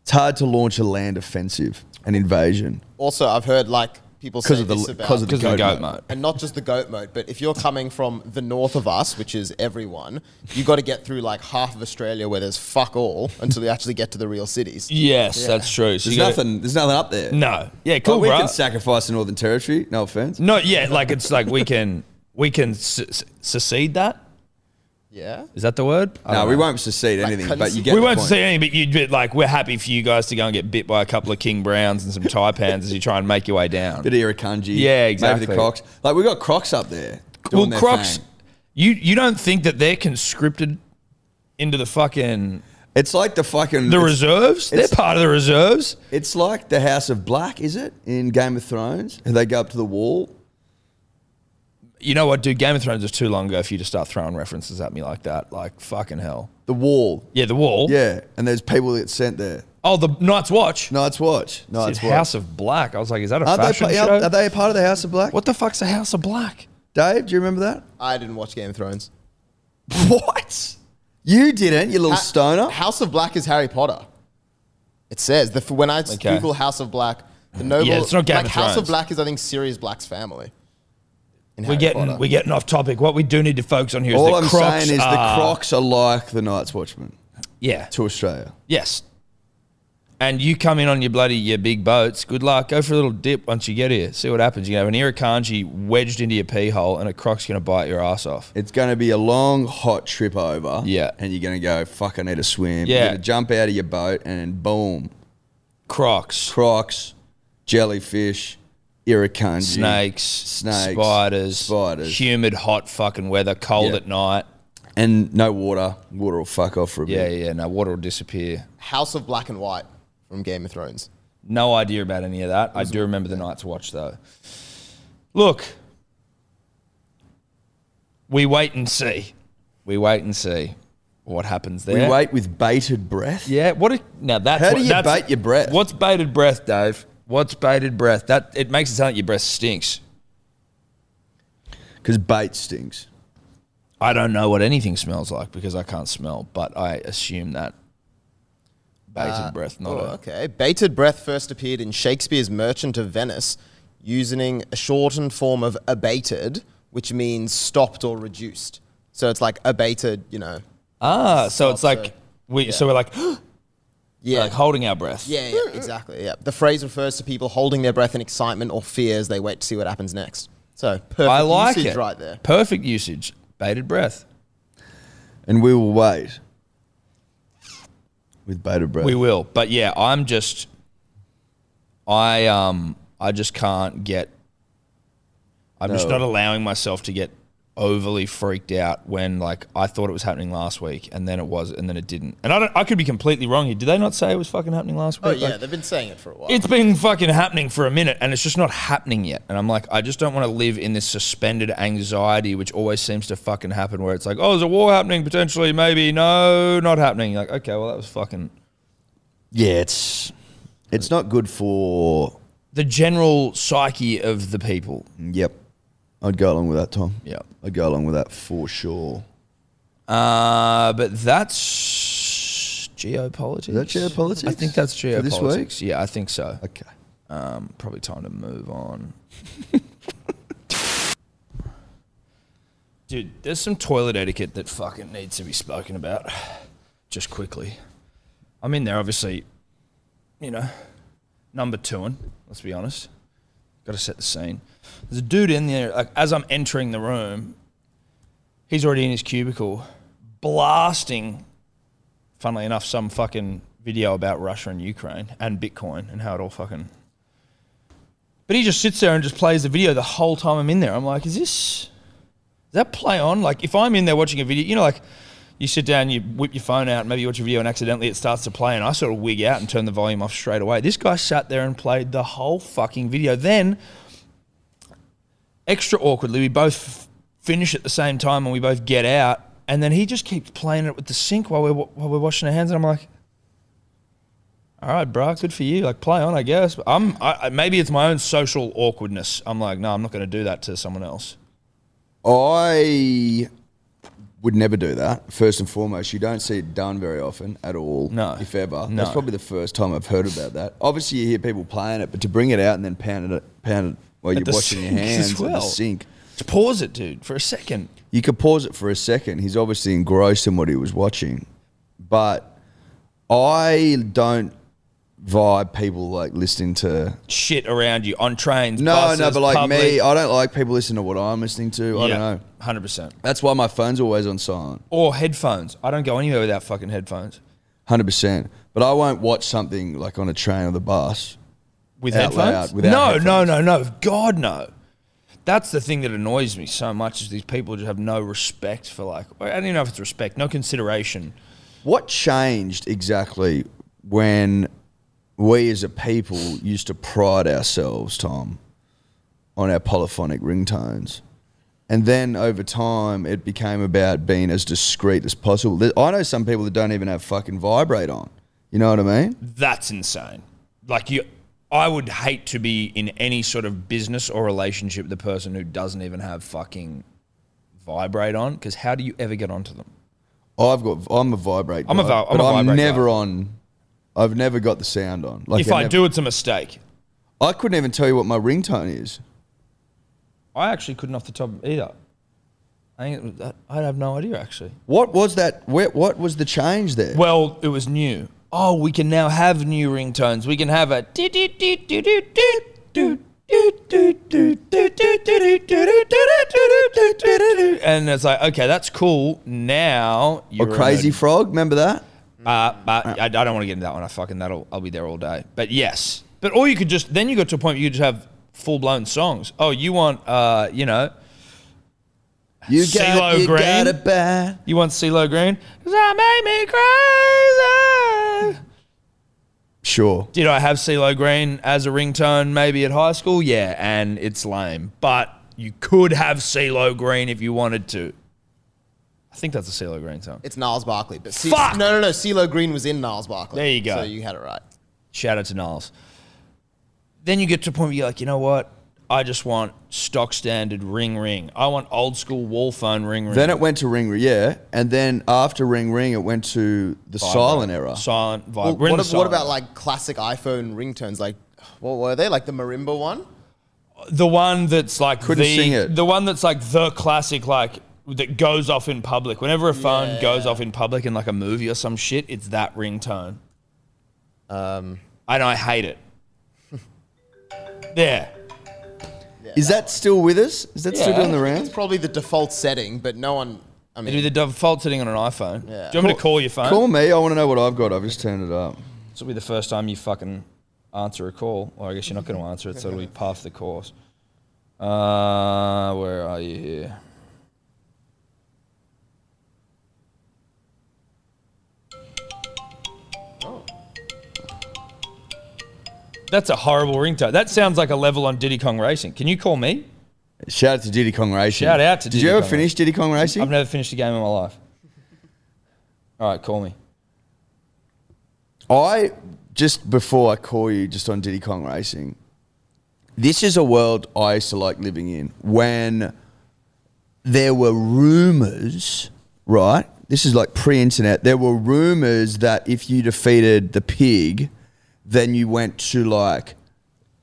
S3: It's hard to launch a land offensive, an invasion.
S4: Also, I've heard like people say
S3: because of the
S4: this about
S3: because of the
S2: Because of
S3: goat,
S2: the goat
S3: mode.
S2: moat.
S4: and not just the goat mode, but if you're coming from the north of us, which is everyone, you got to get through like half of Australia where there's fuck all until you actually get to the real cities.
S2: Yes, that's true. So
S3: There's
S2: you gotta-
S3: nothing. there's nothing up there.
S2: No. Yeah,
S3: But
S2: cool,
S3: we
S2: bro.
S3: can sacrifice the Northern Territory. No offense.
S2: no, yeah, like it's like we can we can se- se- secede that.
S4: Yeah.
S2: Is that the word? I
S3: No,
S2: don't
S3: we
S2: know.
S3: won't secede anything. But you
S4: couldn't-
S3: get.
S2: we
S3: the
S2: won't
S3: point.
S2: see any, but you'd be like, we're happy for you guys to go and get bit by a couple of King Browns and some Taipans as you try and make your way down.
S3: Bit of Irukandji.
S2: Yeah,
S3: Maybe
S2: exactly.
S3: the Crocs. Like we got Crocs up there.
S2: Well,
S3: Doing their
S2: Crocs,
S3: thing.
S2: you you don't think that they're conscripted into the fucking
S3: It's like the fucking.
S2: the
S3: it's,
S2: reserves? They're
S3: it's-
S2: part of the reserves.
S3: it's like the House of Black, is it? In Game of Thrones, and they go up to the wall.
S2: You know what, dude? Game of Thrones was too long ago for you to start throwing references at me like that. Like fucking hell.
S3: The wall.
S2: Yeah, the wall.
S3: Yeah, and there's people that get sent there.
S2: Oh, the Night's Watch.
S3: Night's Watch.
S2: it's
S3: Night's Watch.
S2: House of Black. I was like, is that a
S3: aren't, they,
S2: fashion
S3: pa-
S2: show?
S3: are they a part of the House of Black?
S2: what the fuck's a House of Black?
S3: Dave? Do you remember that? [LAUGHS]
S4: I didn't watch Game of Thrones.
S2: What?
S3: You didn't, you little
S4: Ha-
S3: stoner.
S4: House of Black is Harry Potter. It says the, f- when I
S2: Okay.
S4: Google House of Black, the noble.
S2: Yeah, it's not Game
S4: like
S2: of
S4: House
S2: Thrones.
S4: of Black is I think Sirius Black's family. in
S2: We're
S4: Harry
S2: getting
S4: Potter.
S2: we're getting off topic. What we do need to focus on here is
S3: All
S2: the
S3: I'm
S2: Crocs ah.
S3: saying is
S2: are-
S3: the Crocs are like the Night's Watchman
S2: Yeah.
S3: to Australia.
S2: Yes. And you come in on your bloody your big boats. Good luck. Go for a little dip once you get here. See what happens. You can have an irukandji wedged into your pee hole, and a croc's gonna bite your ass off.
S3: It's going to be a long, hot trip over.
S2: Yeah.
S3: And you're going to go, fuck, I need a swim.
S2: Yeah.
S3: You're going to jump out of your boat and boom,
S2: Crocs,
S3: Crocs, jellyfish, irukandji.
S2: snakes,
S3: Snakes,
S2: spiders,
S3: spiders.
S2: humid, hot fucking weather, cold
S3: Yeah.
S2: at night.
S3: And no water. Water will fuck off for a
S2: Yeah,
S3: bit.
S2: yeah. No water will disappear.
S4: House of Black and White from Game of Thrones.
S2: No idea about any of that. I do remember the Night's Watch though. Look, we wait and see. We wait and see what happens there.
S3: We wait with bated breath.
S2: Yeah. What? A, now that's
S3: How
S2: what,
S3: do you
S2: that's-
S3: bait your breath?
S2: What's bated breath, Dave? What's bated breath? That it makes it sound like your breath stinks.
S3: Because bait stinks.
S2: I don't know what anything smells like because I can't smell, but I assume that bated
S4: Uh,
S2: breath, not
S4: oh,
S2: a,
S4: okay. Bated breath first appeared in Shakespeare's Merchant of Venice, using a shortened form of abated, which means stopped or reduced. So it's like abated, you know.
S2: ah. So it's
S4: Stop,
S2: like
S4: so-
S2: we. So we're like, [GASPS]
S4: Yeah.
S2: like holding our breath.
S4: yeah, yeah, exactly. Yeah. The phrase refers to people holding their breath in excitement or fear as they wait to see what happens next. So perfect
S2: I like
S4: usage
S2: it.
S4: right there.
S2: Perfect usage. Bated breath.
S3: And we will wait with bated breath.
S2: We will, but yeah, I'm just, I um, I just can't get. I'm just
S3: No.
S2: not allowing myself to get overly freaked out when like I thought it was happening last week, and then it was, and then it didn't, and I don't. I could be completely wrong here. Did they not say it was fucking happening last
S4: Oh
S2: week?
S4: yeah,
S2: Like,
S4: they've been saying it for a while.
S2: it's been fucking happening for a minute, and it's just not happening yet. And I'm like, I just don't want to live in this suspended anxiety, which always seems to fucking happen, where it's like, oh, there's a war happening potentially, maybe, no, not happening. Like, okay, well, that was fucking.
S3: Yeah, it's it's not good for.
S2: the general psyche of the people.
S3: Yep, I'd go along with that, Tom.
S2: Yep.
S3: I'd go along with that for sure.
S2: Uh, but that's geopolitics.
S3: Is that geopolitics
S2: I think that's
S3: for
S2: geopolitics.
S3: this
S2: Yeah, I think so.
S3: Okay.
S2: Um, probably time to move on. Dude, there's some toilet etiquette that fucking needs to be spoken about. Just quickly. I'm in there, obviously, you know, number two, and let's be honest. Got to set the scene. There's a dude in there, like, as I'm entering the room, he's already in his cubicle blasting funnily enough, some fucking video about Russia and Ukraine and Bitcoin and how it all fucking. But he just sits there and just plays the video the whole time I'm in there. I'm like, is this. Does that play on? Like, if I'm in there watching a video, you know, like you sit down, you whip your phone out, maybe you watch a video and accidentally it starts to play, and I sort of wig out and turn the volume off straight away. This guy sat there and played the whole fucking video. Then extra awkwardly. We both finish at the same time and we both get out. And then he just keeps playing it with the sink while we're, wa- while we're washing our hands. And I'm like, all right, bro, good for you. Like, play on, I guess. But I'm, I, I- maybe it's my own social awkwardness. I'm like, no, I'm not going to do that to someone else.
S3: I would never do that. First and foremost, you don't see it done very often at all.
S2: No.
S3: if ever.
S2: No.
S3: That's probably the first time I've heard about that. Obviously, you hear people playing it, but to bring it out and then pound it, pound it while
S2: At
S3: you're
S2: the
S3: washing your
S2: sink as
S3: hands at the
S2: well.
S3: sink.
S2: Just pause it, dude, for a second.
S3: You could pause it for a second. He's obviously engrossed in what he was watching. But I don't vibe people like listening to.
S2: Shit around you on trains.
S3: No,
S2: buses,
S3: no, but like
S2: public.
S3: me, I don't like people listening to what I'm listening to. I
S2: Yeah,
S3: don't know.
S2: 100%.
S3: That's why my phone's always on silent.
S2: Or headphones. I don't go anywhere without fucking headphones.
S3: 100%. But I won't watch something like on a train or the bus.
S2: with
S3: Out
S2: headphones?
S3: loud, without
S2: no,
S3: headphones.
S2: no, no, no. God, no. That's the thing that annoys me so much is these people just have no respect for like I don't even know if it's respect, no consideration.
S3: What changed exactly when we as a people used to pride ourselves, Tom, on our polyphonic ringtones? And then over time, it became about being as discreet as possible. There- I know some people that don't even have fucking vibrate on. You know what I mean?
S2: That's insane. Like you, I would hate to be in any sort of business or relationship with the person who doesn't even have fucking vibrate on because how do you ever get onto them?
S3: I've got. I'm a vibrate.
S2: I'm a
S3: guy,
S2: vi- I'm
S3: but
S2: a vibrate
S3: never
S2: guy.
S3: on. I've never got the sound on. Like
S2: if I
S3: never-
S2: do, it's a mistake.
S3: I couldn't even tell you what my ringtone is.
S2: I actually couldn't off the top either. I think it was that, I'd have no idea actually.
S3: What was that? Where, what was the change there?
S2: Well, it was new. Oh, we can now have new ringtones. We can have a. And it's like, okay, that's cool. Now
S3: or
S2: you're a
S3: Crazy
S2: nerd.
S3: Frog? Remember that?
S2: Uh, but I, I don't want to get into that one. I fucking that'll I'll be there all day. But yes, but or you could just then you got to a point where you just have full blown songs. Oh, you want uh, you know,
S3: You
S2: CeeLo
S3: got, you
S2: Green?
S3: got it bad.
S2: you want CeeLo Green? Cause that made me crazy.
S3: Sure.
S2: Did I have CeeLo Green as a ringtone maybe at high school? Yeah, and it's lame. But you could have CeeLo Green if you wanted to. I think that's a CeeLo Green song.
S4: It's Niles Barkley. But C-
S2: Fuck!
S4: No, no, no. CeeLo Green was in Niles Barkley.
S2: There you go.
S4: So you had it right.
S2: Shout out to Niles. Then you get to a point where you're like, you know what? I just want stock standard ring ring. I want old school wall phone ring ring.
S3: Then it went to ring, ring, yeah, and then after ring, ring, it went to the silent era.
S2: Silent vibe.
S4: Well,
S2: We're in
S4: what,
S2: the
S4: ab- what
S2: silent
S4: about
S2: era.
S4: like classic iPhone ringtones? Like, what were they? Like the marimba one?
S2: the one that's like
S3: Couldn't
S2: the,
S3: sing it.
S2: The one that's like the classic, like that goes off in public. Whenever a phone goes off in public in like a movie or some shit, it's that ringtone.
S4: Um,
S2: And I hate
S3: [LAUGHS]
S2: it. there.
S3: Is that still with us? Is that still
S2: Yeah.
S3: doing the
S4: it's
S3: rounds?
S4: probably the default setting, but no one. I
S2: It'd be
S4: mean,
S2: the default setting on an iPhone.
S4: Yeah.
S2: Do you want me to call your phone?
S3: Call me. I want to know what I've got. I've just turned it up.
S2: This will be the first time you fucking answer a call. Or I guess you're not going to answer it, so it'll [LAUGHS] be half the course. Uh, where are you here? Oh. That's a horrible ringtone. That sounds like a level on Diddy Kong Racing. Can you call me?
S3: Shout out to Diddy Kong Racing.
S2: Shout out to
S3: Did
S2: Diddy
S3: you ever
S2: Kong
S3: finish Diddy Kong Racing?
S2: I've never finished a game in my [LAUGHS] life. All right, call me.
S3: I just before I call you, just on Diddy Kong Racing. This is a world I used to like living in when there were rumors, right? This is like pre-internet. There were rumors that if you defeated the pig, then you went to like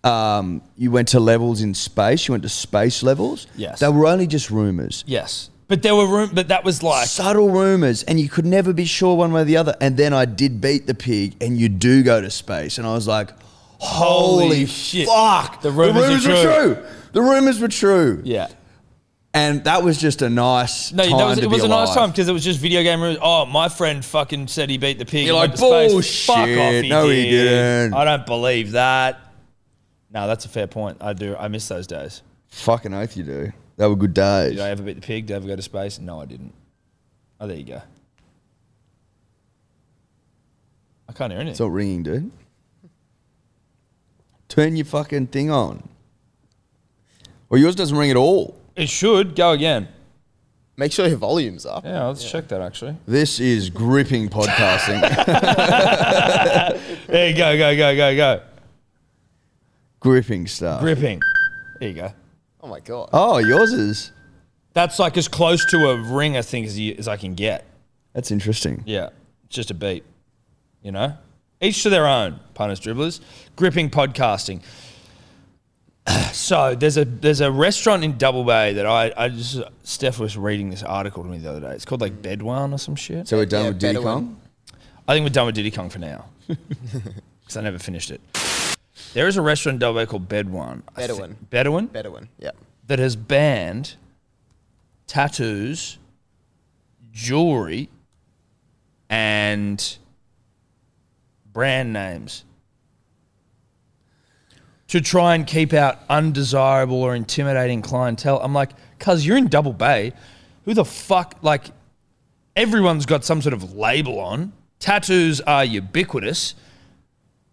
S3: um, you went to levels in space. You went to space levels.
S2: Yes.
S3: they were only just rumors
S2: Yes. But there were room, but that was like
S3: subtle rumors, and you could never be sure one way or the other. And then I did beat the pig, and you do go to space, and I was like, "Holy,
S2: Holy shit.
S3: shit. fuck!"
S2: The rumors are
S3: were
S2: true.
S3: true. The rumors were true.
S2: yeah.
S3: and that was just a nice
S2: No,
S3: time
S2: that was,
S3: to
S2: it was
S3: be
S2: a nice
S3: alive.
S2: time because it was just video game rumors. Oh, my friend fucking said he beat the pig.
S3: You're
S2: He
S3: like,
S2: went to space.
S3: "Bullshit.
S2: Fuck off, he
S3: No,
S2: did.
S3: he didn't."
S2: I don't believe that. No, that's a fair point. I do. I miss those days.
S3: Fucking oath, you do. They were good days.
S2: Did I ever beat the pig? Did I ever go to space? No, I didn't. Oh, there you go. I can't hear anything.
S3: It's not ringing, dude. Turn your fucking thing on. Or yours doesn't ring at all.
S2: it should go again.
S4: make sure your volume's up.
S2: Yeah, let's check that actually.
S3: This is
S2: [LAUGHS]
S3: gripping podcasting.
S2: There you go, go, go, go, go.
S3: gripping stuff.
S2: Gripping. There you go.
S4: Oh my god.
S3: Oh, yours is.
S2: That's like as close to a ring, I think, as, you, as I can get.
S3: That's interesting.
S2: Yeah, it's just a beat. You know, each to their own. Punters, dribblers, gripping podcasting. [SIGHS] so there's a there's a restaurant in Double Bay that I I just Steph was reading this article to me the other day. It's called like Bedouin or some shit.
S3: So we're done
S4: Yeah,
S3: with Diddy
S4: better one.
S3: Kong?
S2: I think we're done with Diddy Kong for now [LAUGHS] because I never finished it. There is a restaurant in Double Bay called Bedouin. I thi-
S4: Bedouin.
S2: Bedouin
S4: Bedouin. Yeah.
S2: that has banned tattoos, jewelry, and brand names to try and keep out undesirable or intimidating clientele. I'm like, cuz you're in Double Bay. Who the fuck like everyone's got some sort of label on. Tattoos are ubiquitous.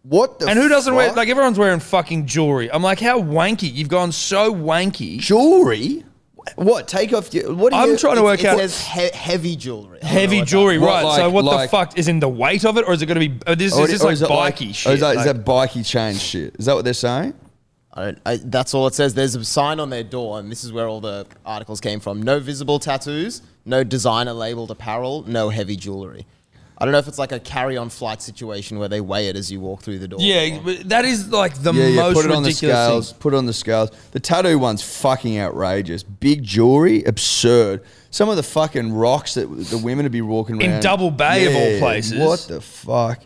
S3: What the
S2: And who doesn't wear
S3: fuck?
S2: like everyone's wearing fucking jewelry. I'm like, how wanky. You've gone so wanky.
S3: jewelry? What? Take off your. What are
S2: I'm
S3: you,
S2: trying to
S3: it's-
S2: work
S4: It
S2: out
S4: says he- heavy jewelry. I don't know
S2: heavy
S4: what that-
S2: jewelry,
S3: What,
S2: right?
S3: like-
S2: so what
S3: like-
S2: the fuck is in the weight of it, or is it going to be? oh, This
S3: or
S2: is this
S3: or
S2: like
S3: is it like-
S2: bikey shit.
S3: Or is that, is
S2: like-
S3: that bikey chain shit? Is that what they're saying?
S4: I don't, I, that's all it says. There's a sign on their door, and this is where all the articles came from. No visible tattoos, no designer labeled apparel, no heavy jewelry. I don't know if it's like a carry-on flight situation where they weigh it as you walk through the door.
S2: yeah, but that is like the
S3: Yeah, yeah.
S2: most
S3: Put it on the
S2: ridiculous
S3: scales.
S2: thing.
S3: Put it on the scales. The tattoo one's fucking outrageous. Big jewelry, absurd. Some of the fucking rocks that the women would be walking
S2: In
S3: around
S2: Double Bay of all places.
S3: What the fuck?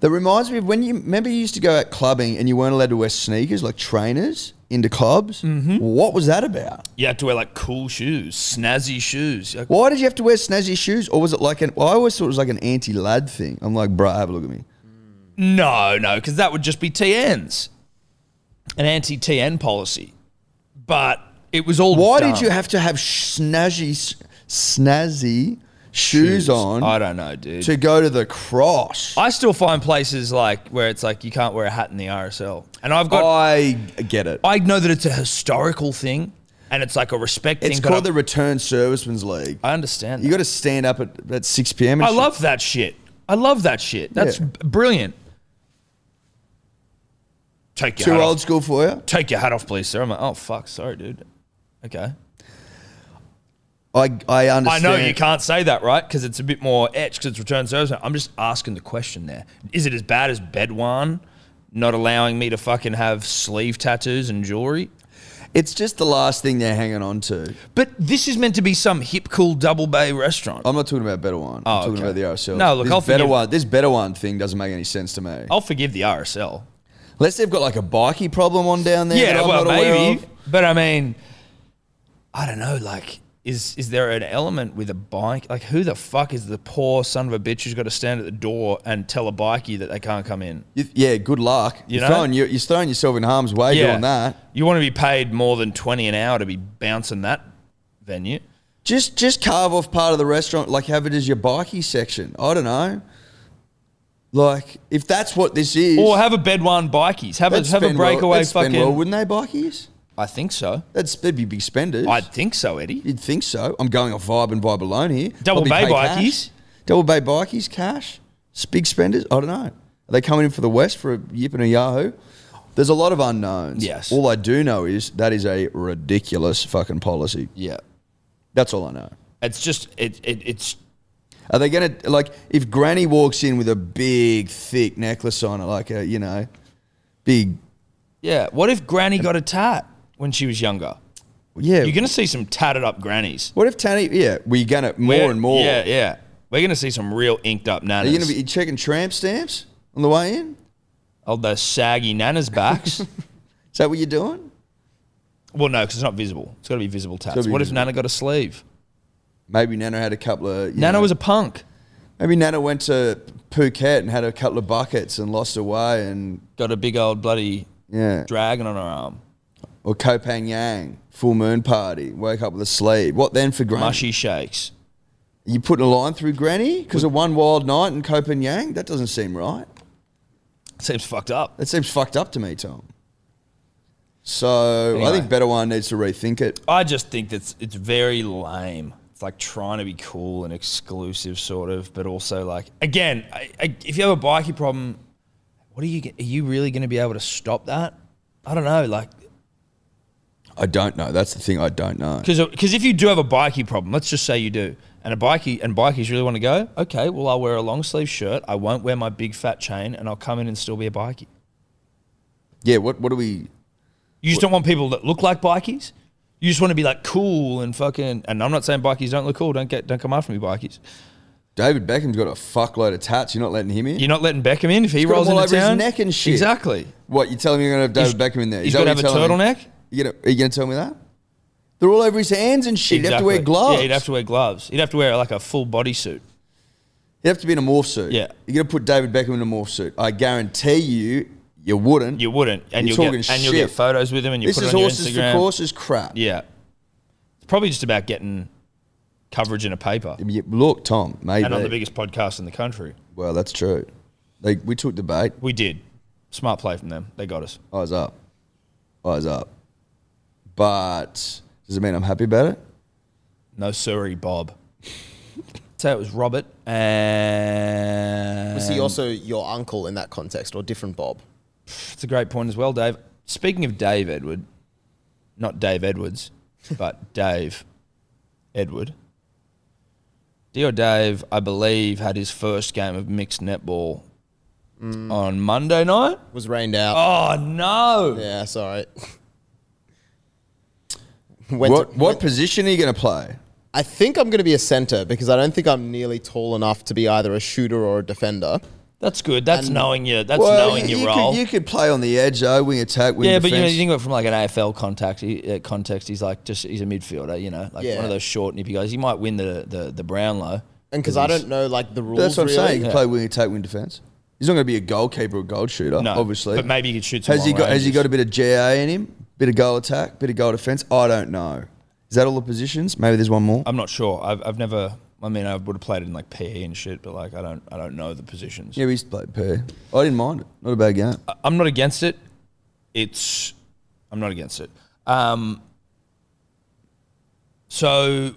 S3: That reminds me of when you remember you used to go out clubbing and you weren't allowed to wear sneakers like trainers into clubs.
S2: Mm-hmm.
S3: What was that about?
S2: You have to wear like cool shoes, snazzy shoes. Like,
S3: Why did you have to wear snazzy shoes? Or was it like an? Well, I always thought it was like an anti lad thing. I'm like, bruh, have a look at me.
S2: No, no, because that would just be TNs, an anti-TN policy. But it was all.
S3: Why
S2: dumb.
S3: did you have to have sh- snazzy, s- snazzy shoes, on
S2: I don't know, dude.
S3: to go to the cross?
S2: I still find places like where it's like you can't
S3: Oh.
S2: wear a hat in the RSL, and I've got
S3: I, get it.
S2: I know that it's a historical thing, and it's like a respect
S3: It's
S2: thing. but
S3: called the
S2: I'm-
S3: Return Servicemen's League.
S2: I understand.
S3: You got to stand up at, at 6 p.m. and
S2: I
S3: shit.
S2: love that shit. I love that shit. That's
S3: Yeah.
S2: b- brilliant. Take your
S3: Too
S2: hat
S3: old
S2: Off.
S3: school for you.
S2: Take your hat off, please, sir. I'm like, oh fuck, sorry, dude. Okay.
S3: I, I understand.
S2: I know you can't say that, right? Because it's a bit more etched because it's return service. I'm just asking the question there. Is it as bad as Bedouin not allowing me to fucking have sleeve tattoos and jewelry?
S3: It's just the last thing they're hanging on to.
S2: But this is meant to be some hip, cool double bay restaurant.
S3: I'm not talking about better one.
S2: Oh,
S3: I'm talking
S2: okay.
S3: about the RSL.
S2: No, look,
S3: this
S2: I'll
S3: better
S2: forgive-
S3: one. This better one thing doesn't make any sense to me.
S2: I'll forgive the RSL.
S3: Unless they've got like a bikey problem on down there.
S2: Yeah,
S3: that I'm
S2: well,
S3: not aware
S2: maybe.
S3: of.
S2: But I mean, I don't know. Like, is is there an element with a bike? Like, who the fuck is the poor son of a bitch who's got to stand at the door and tell a bikey that they can't come in?
S3: You- yeah, good luck.
S2: You
S3: You are
S2: know?
S3: throwing, you're, you're throwing yourself in harm's way doing that.
S2: You want to be paid more than twenty an hour to be bouncing that venue?
S3: Just just carve off part of the restaurant, like have it as your bikey section. I don't know. Like if that's what this is,
S2: Or have a bed one bikies. Have a
S3: that'd
S2: have a
S3: spend well-
S2: breakaway
S3: that'd spend
S2: fucking.
S3: well, wouldn't they, bikies?
S2: I think so.
S3: That'd, sp- that'd be big spenders.
S2: I think so, Eddie.
S3: You'd think so. I'm going off vibe and vibe alone here.
S2: Double
S3: Probably
S2: Bay
S3: pay cash.
S2: bikies?
S3: Double Bay bikies, cash. It's big spenders. I don't know. Are they coming in for the West for a yip and a yahoo? There's a lot of unknowns.
S2: Yes.
S3: All I do know is that is a ridiculous fucking policy.
S2: Yeah.
S3: That's all I know.
S2: It's just it, it it's
S3: Are they gonna like if Granny walks in with a big thick necklace on it, like a you know, big
S2: yeah. What if Granny got a tat when she was younger?
S3: yeah?
S2: You're gonna see some tatted up grannies.
S3: what if Tanny? Yeah, we're gonna more
S2: We're-
S3: and more.
S2: Yeah, yeah. We're gonna see some real inked up
S3: Are
S2: nanas.
S3: you gonna be checking tramp stamps on the way in?
S2: oh, those saggy nanas
S3: [LAUGHS]
S2: backs.
S3: Is that what you're doing?
S2: well, no, because it's not visible. It's got to be visible tats.
S3: gotta be
S2: What if
S3: visible.
S2: Nana got a sleeve?
S3: Maybe Nana had a couple of. you
S2: Nana
S3: know-
S2: was a punk.
S3: Maybe Nana went to Phuket and had a couple of buckets and lost her way and
S2: Got a big old bloody
S3: yeah.
S2: dragon on her arm.
S3: Or Ko Pang Yang, full moon party, woke up with a sleeve. What then for Granny?
S2: Mushy shakes.
S3: You putting a line through Granny because of one wild night in Ko Pang Yang? That doesn't seem right.
S2: Seems fucked up.
S3: That seems fucked up to me, Tom. So I
S2: Anyway.
S3: think Better One needs to rethink it.
S2: I just think that's it's very lame. It's like trying to be cool and exclusive, sort of, but also like again, I, I, if you have a bikie problem, what are you? Are you really going to be able to stop that? I don't know. Like
S3: I don't know. That's the thing I don't know.
S2: Because uh, if you do have a bikie problem, let's just say you do, and a bikie and bikies really want to go, okay, well I'll wear a long sleeve shirt, I won't wear my big fat chain, and I'll come in and still be a bikie.
S3: Yeah, what what do we?
S2: You just don't want people that look like bikies. You just want to be like cool and fucking. And I'm not saying bikies don't look cool. Don't get don't come after me, bikies.
S3: David Beckham's got a fuckload of tats. You're not letting him in.
S2: You're not letting Beckham in if he
S3: got
S2: rolls
S3: them all
S2: into
S3: over his
S2: town.
S3: neck and shit.
S2: Exactly.
S3: What you telling me you're gonna have David Beckham in there?
S2: He's
S3: got
S2: got to have a turtleneck.
S3: You gonna, are you gonna tell me that? They're all over his hands and shit. He'd have to wear
S2: Exactly.
S3: gloves.
S2: Yeah, he'd have to wear gloves. He'd have to wear like a full bodysuit.
S3: He'd have to be in a morph suit.
S2: Yeah.
S3: You're gonna put David Beckham in a morph suit. I guarantee you, you wouldn't.
S2: You wouldn't, and
S3: You're
S2: you'll get
S3: talking
S2: and you'll get
S3: shit.
S2: photos with him, and you
S3: this
S2: put it
S3: is
S2: on your
S3: horses
S2: Instagram.
S3: for courses crap.
S2: Yeah. It's probably just about getting coverage in a paper
S3: Yeah, Look, Tom, maybe.
S2: and on the biggest podcast in the country.
S3: well, that's true. Like we took the bait.
S2: We did. Smart play from them. They got us.
S3: I was up. I was up. But does it mean I'm happy about it?
S2: No sorry, [LAUGHS] Bob. so it was Robert and
S4: Was
S3: Um,
S4: he also your uncle in that context or different Bob?
S2: It's a great point as well, Dave. Speaking of Dave Edward, not Dave [LAUGHS] Edwards, but Dave Edward. Dear Dave, I believe, had his first game of mixed netball on Monday night.
S4: Was rained out.
S2: Mm. Oh, no.
S4: Yeah, sorry. [LAUGHS]
S3: What what position are you gonna play?
S4: I think I'm going to be a center because I don't think I'm nearly tall enough to be either a shooter or a defender.
S2: That's good. That's
S4: And-
S2: knowing your that's knowing your
S3: you
S2: role.
S3: Could, you could play on the edge though, wing attack, wing
S2: yeah, but
S3: defense.
S2: you know, you think about it from like an AFL context. He, uh, context, he's like just he's a midfielder. You know, like one
S4: Yeah.
S2: of those short nippy guys. He might win the the, the Brownlow.
S4: And because I don't know like the rules.
S3: But that's what I'm
S4: really.
S3: saying. You can
S2: Yeah.
S3: play wing attack, wing defense. He's not going to be a goalkeeper or goal shooter,
S2: No,
S3: obviously.
S2: but maybe he could shoot some
S3: has he
S2: long
S3: got has he
S2: ranges.
S3: got a bit of GA in him? Bit of goal attack, bit of goal defense. I don't know. Is that all the positions? Maybe there's one more.
S2: I'm not sure. I've I've never. I mean, I would have played it in like PE and shit, but like I don't I don't know the positions.
S3: yeah, we used to play pair. I didn't mind it. Not a bad game.
S2: I- I'm not against it. It's I'm not against it. Um, So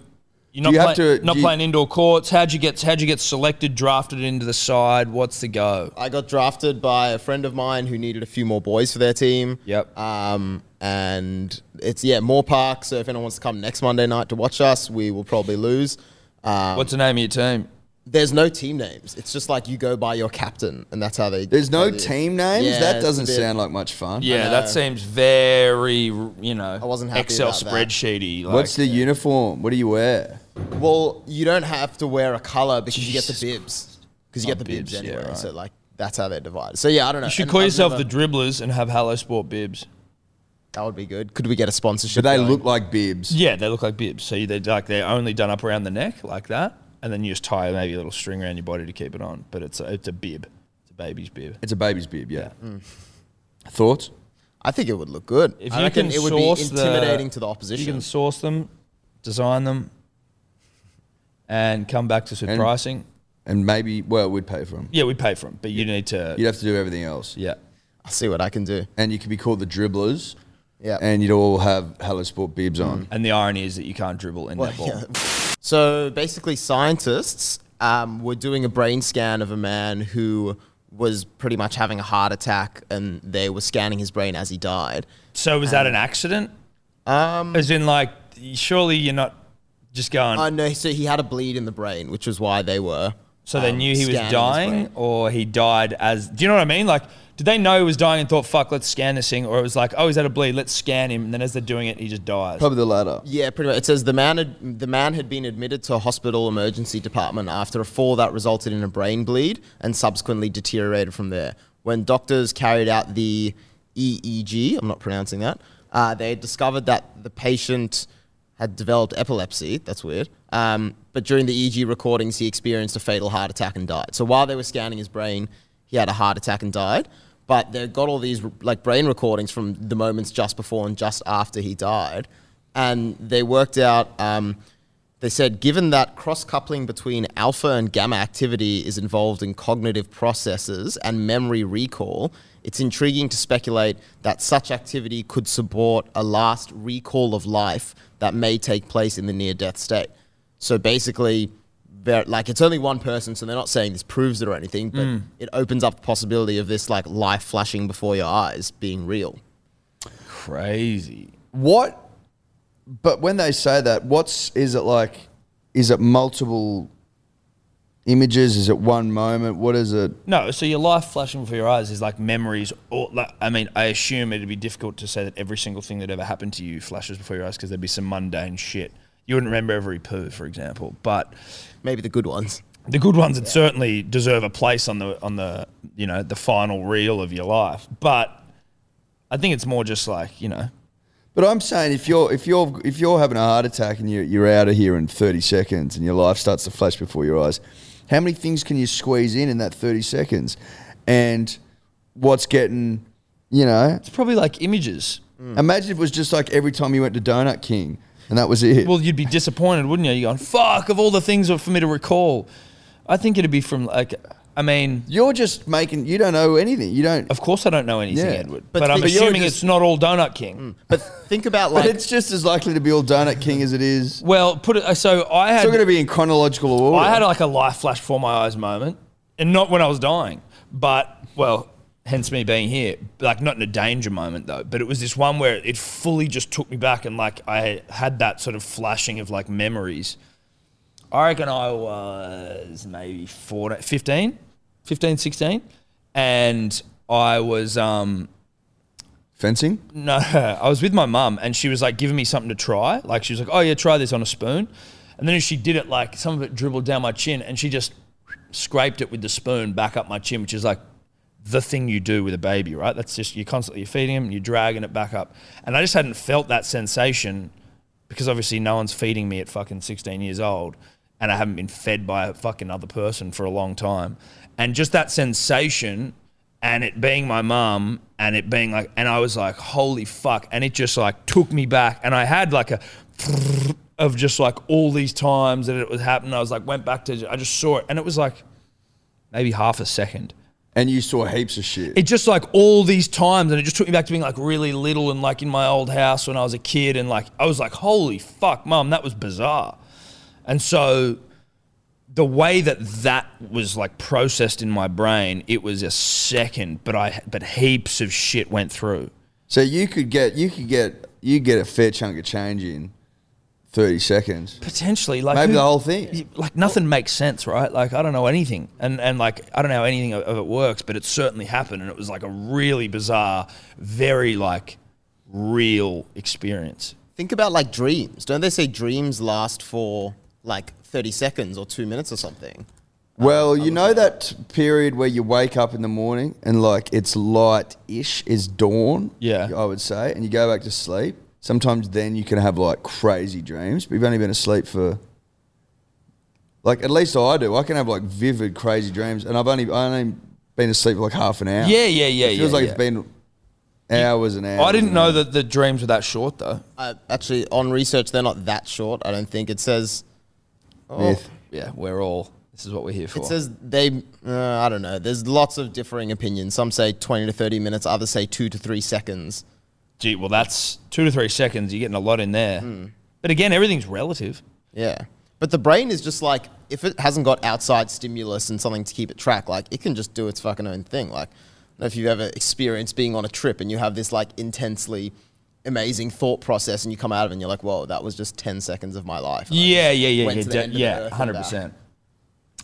S2: you're not,
S3: you
S2: play,
S3: have to-
S2: not
S3: do you-
S2: playing indoor courts. How'd you get? How'd you get selected? Drafted into the side? What's the go?
S4: I got drafted by a friend of mine who needed a few more boys for their team.
S2: Yep.
S4: Um, and it's yeah, Moore Park. So if anyone wants to come next Monday night to watch us, we will probably lose. Um,
S2: What's the name of your team?
S4: there's no team names. It's just like you go by your captain, and that's how they.
S3: There's
S4: how
S3: no
S4: they-
S3: team names.
S4: Yeah,
S3: that
S4: it's a
S3: doesn't
S4: bit-
S3: sound like much fun.
S2: Yeah, that seems very you know. I
S4: wasn't happy
S2: Excel
S4: about that.
S2: spreadsheety. Like,
S3: What's the uniform? What do you wear?
S4: Well, you don't have to wear a color because you get the bibs. Because you
S2: Oh,
S4: get the bibs,
S2: bibs, yeah,
S4: anyway.
S2: right.
S4: So like that's how they're divided. So yeah, I don't know.
S2: You should call yourself
S4: the.
S2: the Dribblers and have Hello Sport bibs.
S4: That would be good. Could we get a sponsorship?
S3: Do they
S4: going?
S3: look like bibs?
S2: Yeah, they look like bibs. So you- they're like they're only done up around the neck like that, and then you just tie maybe a little string around your body to keep it on. But it's a, it's a bib. It's a baby's bib.
S3: It's a baby's bib, yeah. Thoughts?
S4: I think it would look good.
S2: If
S4: I
S2: you
S4: reckon
S2: can
S4: it would be
S2: source the-
S4: intimidating to the
S2: You
S4: opposition.
S2: can source them, design them, and come back to us with
S3: And-
S2: pricing.
S3: And maybe, well, we'd pay for them.
S2: Yeah, we pay for them, but you need to.
S3: You'd have to do everything else.
S2: Yeah.
S4: I'll see what I can do.
S3: And you could be called the dribblers,
S4: Yeah.
S3: and you'd all have Hello Sport bibs on.
S2: And the irony is that you can't dribble in that ball.
S4: [LAUGHS] So basically, scientists um, were doing a brain scan of a man who was pretty much having a heart attack, and they were scanning his brain as he died.
S2: So was that an accident?
S4: Um,
S2: As in, like, surely you're not just going.
S4: uh, no, so he had a bleed in the brain, which was why they were.
S2: so they
S4: um,
S2: knew he was
S4: scanning his
S2: dying,
S4: brain.
S2: or he died as. Do you know what I mean? Like, did they know he was dying and thought, "Fuck, let's scan this thing," or it was like, "Oh, he's had a bleed, let's scan him," and then as they're doing it, he just dies.
S3: Probably the latter.
S4: Yeah, pretty much. It says the man had the man had been admitted to a hospital emergency department after a fall that resulted in a brain bleed and subsequently deteriorated from there. When doctors carried out the EEG, I'm not pronouncing that, uh, they discovered that the patient had developed epilepsy. That's weird. Um, but during the EEG recordings, he experienced a fatal heart attack and died. So while they were scanning his brain, he had a heart attack and died. But they got all these like brain recordings from the moments just before and just after he died and they worked out. Um, they said, given that cross coupling between alpha and gamma activity is involved in cognitive processes and memory recall, it's intriguing to speculate that such activity could support a last recall of life that may take place in the near death state. So basically, they're- like it's only one person, so they're not saying this proves it or anything, but
S3: Hmm.
S4: it opens up the possibility of this like life flashing before your eyes being real.
S2: Crazy.
S3: What? But when they say that, what's is it like? Is it multiple images? Is it one moment? What is it?
S2: No, so your life flashing before your eyes is like memories. Or like, I mean, I assume it'd be difficult to say that every single thing that ever happened to you flashes before your eyes because there'd be some mundane shit. You wouldn't remember every poo, for example, but
S4: Maybe the good ones.
S2: the good ones that certainly deserve a place on the on the you know the final reel of your life. But I think it's more just like you know,
S3: But I'm saying if you're if you're if you're having a heart attack and you're, you're out of here in 30 seconds and your life starts to flash before your eyes, how many things can you squeeze in in that 30 seconds? And what's getting, you know?
S2: it's probably like images.
S3: Mm. Imagine if it was just like every time you went to Donut King and that was it.
S2: Well, you'd be disappointed, wouldn't you? You're going, fuck, of all the things for me to recall, I think it'd be from like, I mean.
S3: you're just making you don't know anything. You don't.
S2: Of course, I don't know anything,
S3: Yeah.
S2: Edward. But,
S4: But
S2: I'm
S4: the- but you're
S2: assuming
S4: just- Mm.
S2: it's not all Donut King.
S4: But think about
S3: [LAUGHS] But
S4: like
S3: it's just as likely to be all Donut King as it is.
S2: Well, put it so I
S3: It's
S2: had
S3: not going to be in chronological order.
S2: I had like a life flash before my eyes moment, and not when I was dying, but well, hence me being here. Like not in a danger moment though, but it was this one where it fully just took me back, and like I had that sort of flashing of like memories. I reckon I was maybe 14, 15, 15, 16. And I was, um,
S3: Fencing?
S2: No, [LAUGHS] I was with my mum and she was like giving me something to try. Like she was like, "Oh yeah, try this on a spoon," and then she did it like some of it dribbled down my chin and she just scraped it with the spoon back up my chin, which is like the thing you do with a baby, right? That's just you're constantly you're feeding him, you're dragging it back up, and I just hadn't felt that sensation because obviously no one's feeding me at fucking 16 years old and I haven't been fed by a fucking other person for a long time. And just that sensation and it being my mum and it being like, and I was like, holy fuck. And it just like took me back. And I had like a of just like all these times that it was happening. I was like, went back to, I just saw it. And it was like maybe half a second.
S3: And you saw heaps of shit.
S2: It's just like all these times, and it just took me back to being like really little and like in my old house when I was a kid, and like I was like, "Holy fuck, mum, that was bizarre." And so, the way that that was like processed in my brain, it was a second, but I but heaps of shit went through.
S3: so you could get you could get you get a fair chunk of change in thirty seconds.
S2: Potentially, like
S3: Maybe
S2: who-
S3: the whole thing.
S2: y- Like nothing makes sense, right? Like I don't know anything, and and like I don't know how anything of- of it works, but it certainly happened, and it was like a really bizarre, very like real experience.
S4: Think about like dreams. Don't they say dreams last for like 30 seconds or two minutes or something?
S2: Um,
S3: Well, you know that period where you wake up in the morning and like it's light ish is dawn.
S2: Yeah.
S3: I would say, and you go back to sleep. Sometimes then you can have like crazy dreams, but you've only been asleep for like at least I do. I can have like vivid crazy dreams, and I've only I only been asleep for like half an hour.
S2: Yeah, yeah, yeah,
S3: It feels
S2: yeah,
S3: like
S2: yeah.
S3: it's been hours and hours.
S2: I didn't
S3: and
S2: know
S3: hours.
S2: that the dreams were that short though.
S4: Uh, actually, on research, they're not that short. I don't think it says. Oh,
S3: Myth.
S2: Yeah, we're all. This is what we're here for.
S4: It says they. Uh, I don't know. There's lots of differing opinions. Some say 20 to 30 minutes. Others say two to three seconds.
S2: Gee, well, that's two to three seconds. You're getting a lot in there.
S4: Hmm.
S2: But again, everything's relative.
S4: Yeah. But the brain is just like if it hasn't got outside stimulus and something to keep it track, like it can just do its fucking own thing. Like, I don't know if you've ever experienced being on a trip and you have this like intensely amazing thought process and you come out of it and you're like, whoa, that was just 10 seconds of my life. And I
S2: yeah,
S4: just
S2: yeah, yeah,
S4: went
S2: yeah,
S4: to the
S2: de-
S4: end of the
S2: yeah,
S4: earth and
S2: hundred
S4: back."
S2: percent,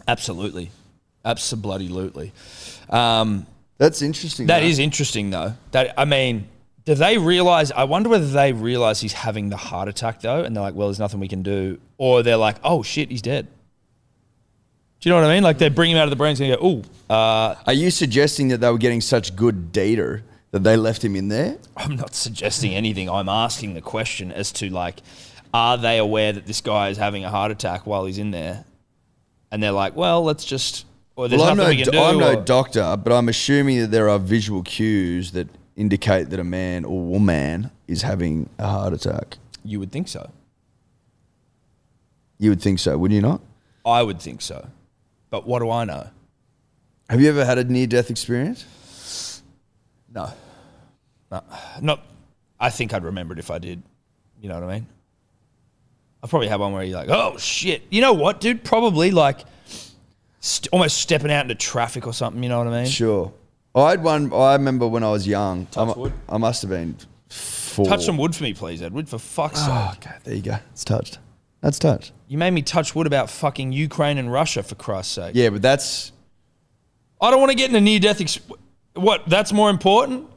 S2: absolutely, absolutely. Um,
S3: That's interesting.
S2: That
S3: though.
S2: is interesting, though. That I mean, do they realize? I wonder whether they realize he's having the heart attack though, and they're like, "Well, there's nothing we can do," or they're like, "Oh shit, he's dead." Do you know what I mean? Like they bring him out of the brain and go, "Oh, uh,
S3: Are you suggesting that they were getting such good data that they left him in there?
S2: I'm not suggesting anything. I'm asking the question as to like, are they aware that this guy is having a heart attack while he's in there?" And they're like, "Well, let's just." Or there's
S3: Well, I'm
S2: nothing
S3: no,
S2: we can
S3: do-
S2: do.
S3: I'm no
S2: or-
S3: doctor, but I'm assuming that there are visual cues that indicate that a man or woman is having a heart attack.
S2: you would think so.
S3: You would think so, wouldn't you not?
S2: I would think so. But what do I know?
S3: Have you ever had a near death experience?
S2: No. No. Uh, Not I think I'd remember it if I did. You know what I mean? I probably had one where you're like, oh shit. You know what, dude? Probably like st- almost stepping out into traffic or something, you know what I mean?
S3: Sure. I had one. I remember when I was young. I mu-
S2: wood.
S3: I must have been four.
S2: Touch some wood for me, please, Edward, for fuck's
S3: Oh,
S2: sake.
S3: okay. There you go. It's touched. That's touched.
S2: You made me touch wood about fucking Ukraine and Russia, for Christ's sake.
S3: Yeah, but that's
S2: I don't want to get in a near death ex- What? That's more important?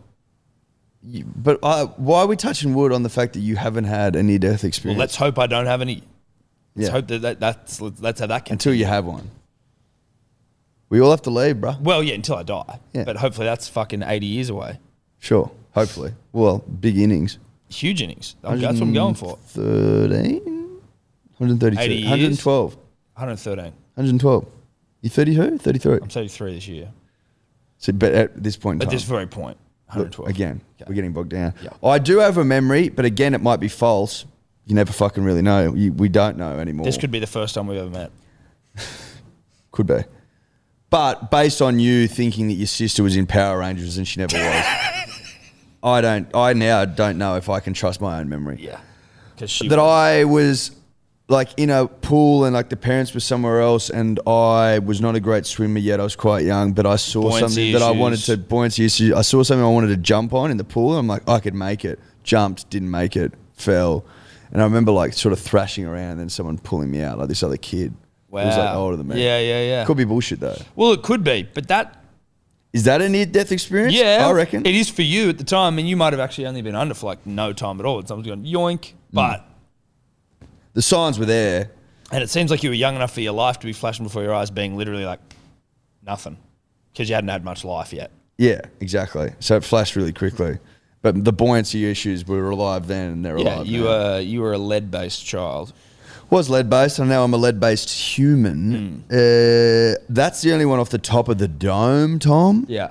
S3: You- But uh, why are we touching wood on the fact that you haven't had a near death
S2: Well,
S3: experience?
S2: let's hope I don't have any. Let's
S3: Yeah.
S2: hope that, that that's, let's have that. Can-
S3: until you have one. We all have to leave, bruh.
S2: well, yeah, until I die.
S3: Yeah.
S2: But hopefully that's fucking 80 years away.
S3: Sure. Hopefully. Well, big innings.
S2: huge innings. That's what I'm going for.
S3: 13? 132.
S2: 80 years?
S3: 112.
S2: 113.
S3: 112. You 32? 33.
S2: I'm 33 this year.
S3: So, but at this point in
S2: At
S3: time.
S2: this very point,
S3: look,
S2: 112.
S3: again,
S2: Okay.
S3: we're getting bogged down.
S2: Yeah.
S3: I do have a memory, but again, it might be false. You never fucking really know. You, we don't know anymore.
S2: This could be the first time we've ever met.
S3: Could be. But based on you thinking that your sister was in Power Rangers and she
S2: [LAUGHS]
S3: never was, I don't. I now don't know if I can trust my own memory.
S2: Yeah. Because she.
S3: That I was like in a pool and like the parents were somewhere else and I was not a great swimmer yet. I was quite young, but I saw
S2: Buoyancy
S3: something that I wanted to
S2: issues.
S3: buoyancy issues. I saw something I wanted to jump on in the pool and I'm like, I could make it. Jumped, didn't make it, fell. And I remember like sort of thrashing around and then someone pulling me out, like this other kid. who
S2: wow.
S3: was like older than me.
S2: Yeah, yeah, yeah.
S3: Could be bullshit though.
S2: Well, it could be, but that.
S3: Is that a near death experience?
S2: Yeah.
S3: I reckon.
S2: It is for you at the time, and you might have actually only been under for like no time at all. And someone's going, yoink. But.
S3: The signs were there.
S2: And it seems like you were young enough for your life to be flashing before your eyes, being literally like nothing. Because you hadn't had much life yet.
S3: Yeah, exactly. So it flashed really quickly. But the buoyancy issues were alive then and they're
S4: Oh,
S2: Yeah,
S3: alive.
S2: you uh,
S3: now.
S2: were you were a lead based child.
S3: was lead based, and now I'm a lead based
S2: Hmm.
S3: human. Uh, that's the only one off the top of the dome, Tom.
S2: Yeah.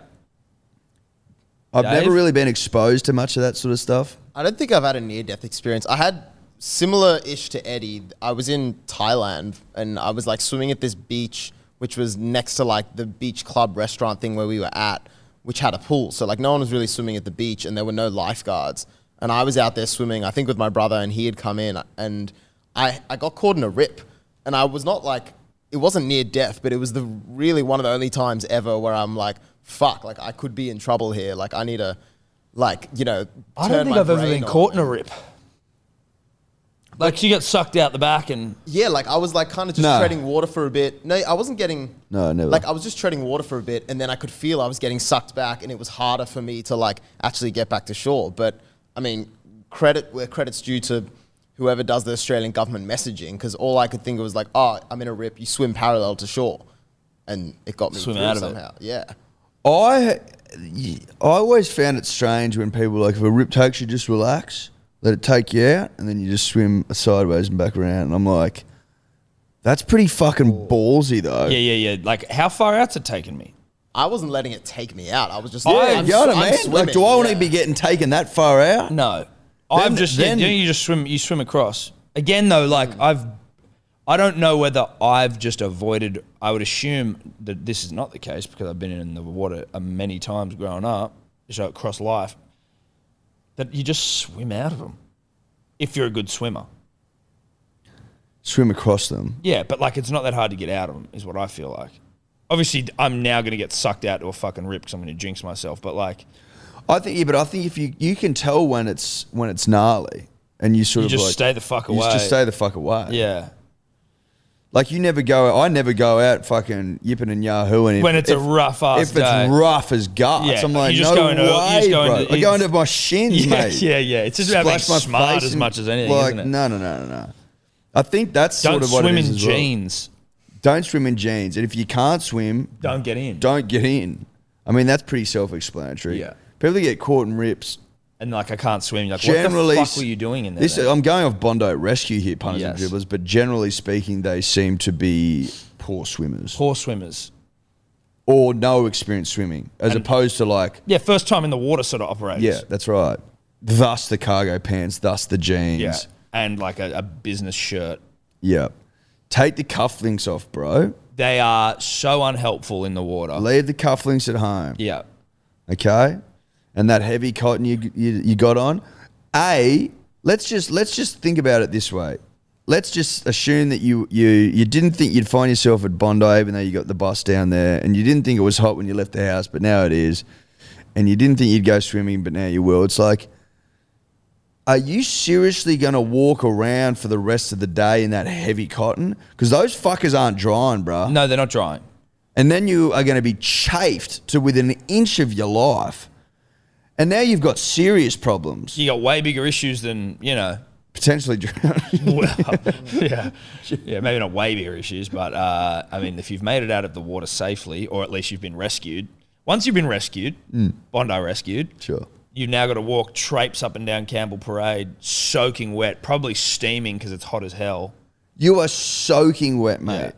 S3: I've never
S2: Dave?
S3: really been exposed to much of that sort of stuff.
S4: I don't think I've had a near death experience. I had similar ish to Eddie. I was in Thailand and I was like swimming at this beach which was next to like the beach club restaurant thing where we were at, which had a pool. So like no one was really swimming at the beach, and there were no lifeguards. And I was out there swimming, I think with my brother, and he had come in, and I, I got caught in a rip, and I was not like it wasn't near death, but it was the really one of the only times ever where I'm like, fuck, like I could be in trouble here. Like I need to, like you know.
S2: I don't
S4: turn
S2: think
S4: my
S2: I've ever
S4: brain
S2: been
S4: on.
S2: caught in a rip. Like you got sucked out the back and
S4: Yeah, like I was like kind of just
S3: No.
S4: treading water for a bit. No, I wasn't getting.
S3: No, never.
S4: Like I was just treading water for a bit, and then I could feel I was getting sucked back, and it was harder for me to like actually get back to shore. But I mean, credit where credit's due to whoever does the Australian government messaging, because all I could think of was like, oh, I'm in a rip. You swim parallel to shore, and it got me
S2: Swim
S4: through
S2: out of it.
S4: somehow. Yeah.
S3: I I always found it strange when people were like if a rip takes you, just relax, let it take you out, and then you just swim sideways and back around. And I'm like, that's pretty
S2: Oh.
S3: fucking ballsy though.
S2: yeah, yeah, yeah. Like how far out's it taken me?
S4: I wasn't letting it take me out. I was just.
S2: Yeah,
S4: like,
S3: Yeah,
S4: I'm
S3: you know what
S4: sw-
S3: I
S4: I'm
S3: mean?
S4: swimming,
S3: Like, do I want
S4: yeah.
S3: to be getting taken that far out?
S2: No,
S3: Then-
S2: I've just
S3: then-
S2: then you just swim you swim across again though. Like I've, I don't know whether I've just avoided. I would assume that this is not the case because I've been in the water uh, many times growing up, so across life, that you just swim out of them if you're a good swimmer.
S3: Swim across them.
S2: Yeah, but like it's not that hard to get out of them, is what I feel like. Obviously, I'm now going to get sucked out to a fucking rip because I'm going to jinx myself. But like,
S3: I think yeah, but I think if you you can tell when it's when it's gnarly and you sort
S2: you
S3: of
S2: just
S3: like,
S2: stay the fuck
S3: you
S2: away.
S3: just stay the fuck away.
S2: yeah.
S3: Like you never go. I never go out fucking yipping and yahooing. If-
S2: When it's a
S3: if-
S2: rough-ass
S3: If
S2: day.
S3: it's rough as guts,
S2: Yeah,
S3: I'm like,
S2: you just
S3: no
S2: go into-
S3: way,
S2: you just go
S3: bro.
S2: into-
S3: I go
S2: it's-
S3: into my
S2: [LAUGHS]
S3: shins,
S2: Yeah,
S3: mate.
S2: yeah, yeah. It's just about
S3: Splash
S2: being
S3: my
S2: smart
S3: face
S2: as
S3: and-
S2: much as anything,
S3: Like,
S2: isn't it?
S3: no, no, no, no, no. I think that's
S2: Don't
S3: sort of what
S2: swim
S3: it is
S2: in
S3: as well.
S2: jeans.
S3: Don't swim in jeans, and if you can't swim,
S2: Don't get in.
S3: don't get in. I mean, that's pretty self-explanatory.
S2: Yeah.
S3: People that get caught in rips.
S2: And like, I can't swim. You're like,
S3: Generally,
S2: what the fuck were you doing in there?
S3: This, um,
S2: then?
S3: I'm going off Bondi rescue here, punters
S2: Yes.
S3: and dribblers, but generally speaking, they seem to be poor swimmers
S2: Poor swimmers.
S3: or no experience swimming, as opposed to like
S2: Yeah, first time in the water sort of operators.
S3: Yeah, that's right. Thus the cargo pants, thus the jeans.
S2: Yeah. And like a, a business shirt.
S3: Yeah. Take the cufflinks off, bro.
S2: They are so unhelpful in the water.
S3: Leave the cufflinks at home.
S2: yeah.
S3: Okay? And that heavy cotton you, you you got on. A, let's just let's just think about it this way. Let's just assume that you you you didn't think you'd find yourself at Bondi even though you got the bus down there and you didn't think it was hot when you left the house, but now it is. And you didn't think you'd go swimming, but now you will. It's like Are you seriously going to walk around for the rest of the day in that heavy cotton? Because those fuckers aren't drying, bruh.
S2: No, they're not drying.
S3: And then you are going to be chafed to within an inch of your life. And now you've got serious problems.
S2: You got way bigger issues than, you know,
S3: Potentially [LAUGHS] drowning.
S2: [LAUGHS] Well, yeah, yeah, maybe not way bigger issues, but uh, I mean, if you've made it out of the water safely, or at least you've been rescued. Once you've been rescued, Bondi rescued,
S3: sure.
S2: you've now got to walk traipse up and down Campbell Parade, soaking wet, probably steaming because it's hot as hell.
S3: You are soaking wet, mate.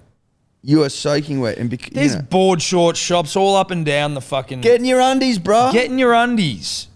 S3: You are soaking wet. And bec- you
S2: There's
S3: know,
S2: board short shops all up and down the fucking.
S3: get in your undies, bro.
S2: get in your undies.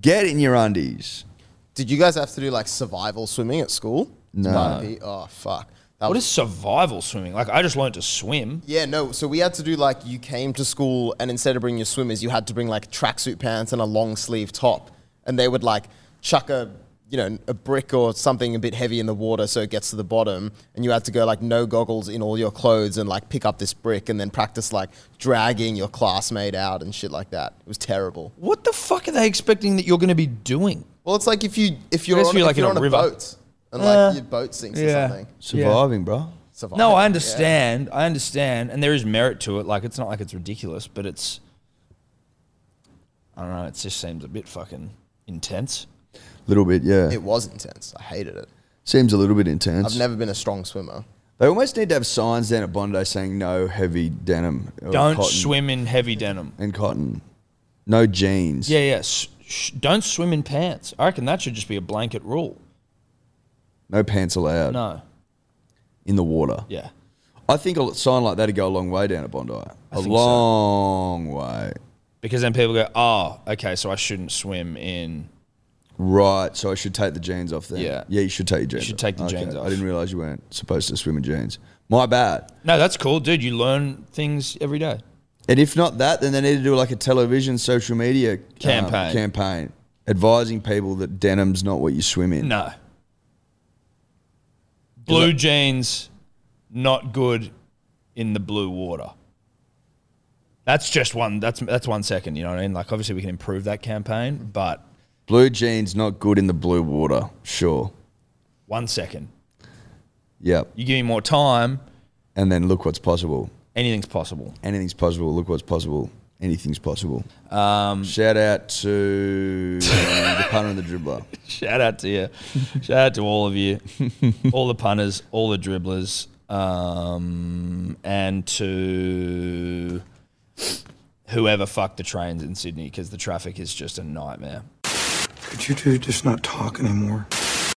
S3: Get in your undies.
S4: Did you guys have to do like survival swimming at school?
S3: No.
S4: Might be- Oh fuck. That
S2: What
S4: was
S2: is survival swimming? Like, I just learned to swim.
S4: Yeah, no. So we had to do like you came to school and instead of bringing your swimmers, you had to bring like tracksuit pants and a long sleeve top, and they would like chuck a you know a brick or something a bit heavy in the water so it gets to the bottom, and you had to go like no goggles in all your clothes and like pick up this brick and then practice like dragging your classmate out and shit like that. It was terrible.
S2: What the fuck are they expecting that you're going to be doing?
S4: Well, it's like if you if you're
S2: Unless
S4: on,
S2: you're,
S4: if
S2: like, in
S4: you're
S2: a
S4: on a,
S2: river.
S4: boat and
S2: Uh,
S4: like your boat sinks or something.
S3: Surviving, bro.
S4: Survival,
S2: No, I
S4: yeah.
S2: understand. I understand, and there is merit to it. Like it's not like it's ridiculous, but it's I don't know. It just seems a bit fucking intense.
S3: little bit, yeah.
S4: It was intense. I hated it.
S3: Seems a little bit intense.
S4: I've never been a strong swimmer.
S3: they almost need to have signs down at Bondi saying no heavy denim. or
S2: Don't
S3: cotton
S2: swim in heavy denim.
S3: And cotton. No jeans.
S2: Yeah, yeah. S- sh- don't swim in pants. I reckon that should just be a blanket rule.
S3: No pants allowed
S2: No.
S3: in the water.
S2: Yeah.
S3: I think a sign like that would go a long way down at Bondi. A
S2: think so.
S3: long way.
S2: Because then people go, oh, okay, so I shouldn't swim in
S3: Right, so I should take the jeans off then.
S2: Yeah.
S3: yeah, you should take your jeans.
S2: should
S3: off.
S2: take the jeans off.
S3: I didn't realize you weren't supposed to swim in jeans. My bad.
S2: No, that's cool, dude. You learn things every day.
S3: And if not that, then they need to do like a television, social media um,
S2: Campaign.
S3: campaign advising people that denim's not what you swim in.
S2: No. Blue jeans, not good in the blue water. That's just one. That's that's one second. You know what I mean? Like, obviously, we can improve that campaign, but
S3: Blue jeans not good in the blue water. Sure.
S2: one second.
S3: Yep.
S2: You give me more time,
S3: And then look what's possible.
S2: anything's possible. [LAUGHS]
S3: Anything's possible. Look what's possible. Anything's possible. Shout out to [LAUGHS] uh, the punter and the dribbler.
S2: Shout out to you. Shout out to all of you, all the punters, all the dribblers, um, and to whoever fucked the trains in Sydney because the traffic is just a nightmare.
S5: Could you two just not talk anymore?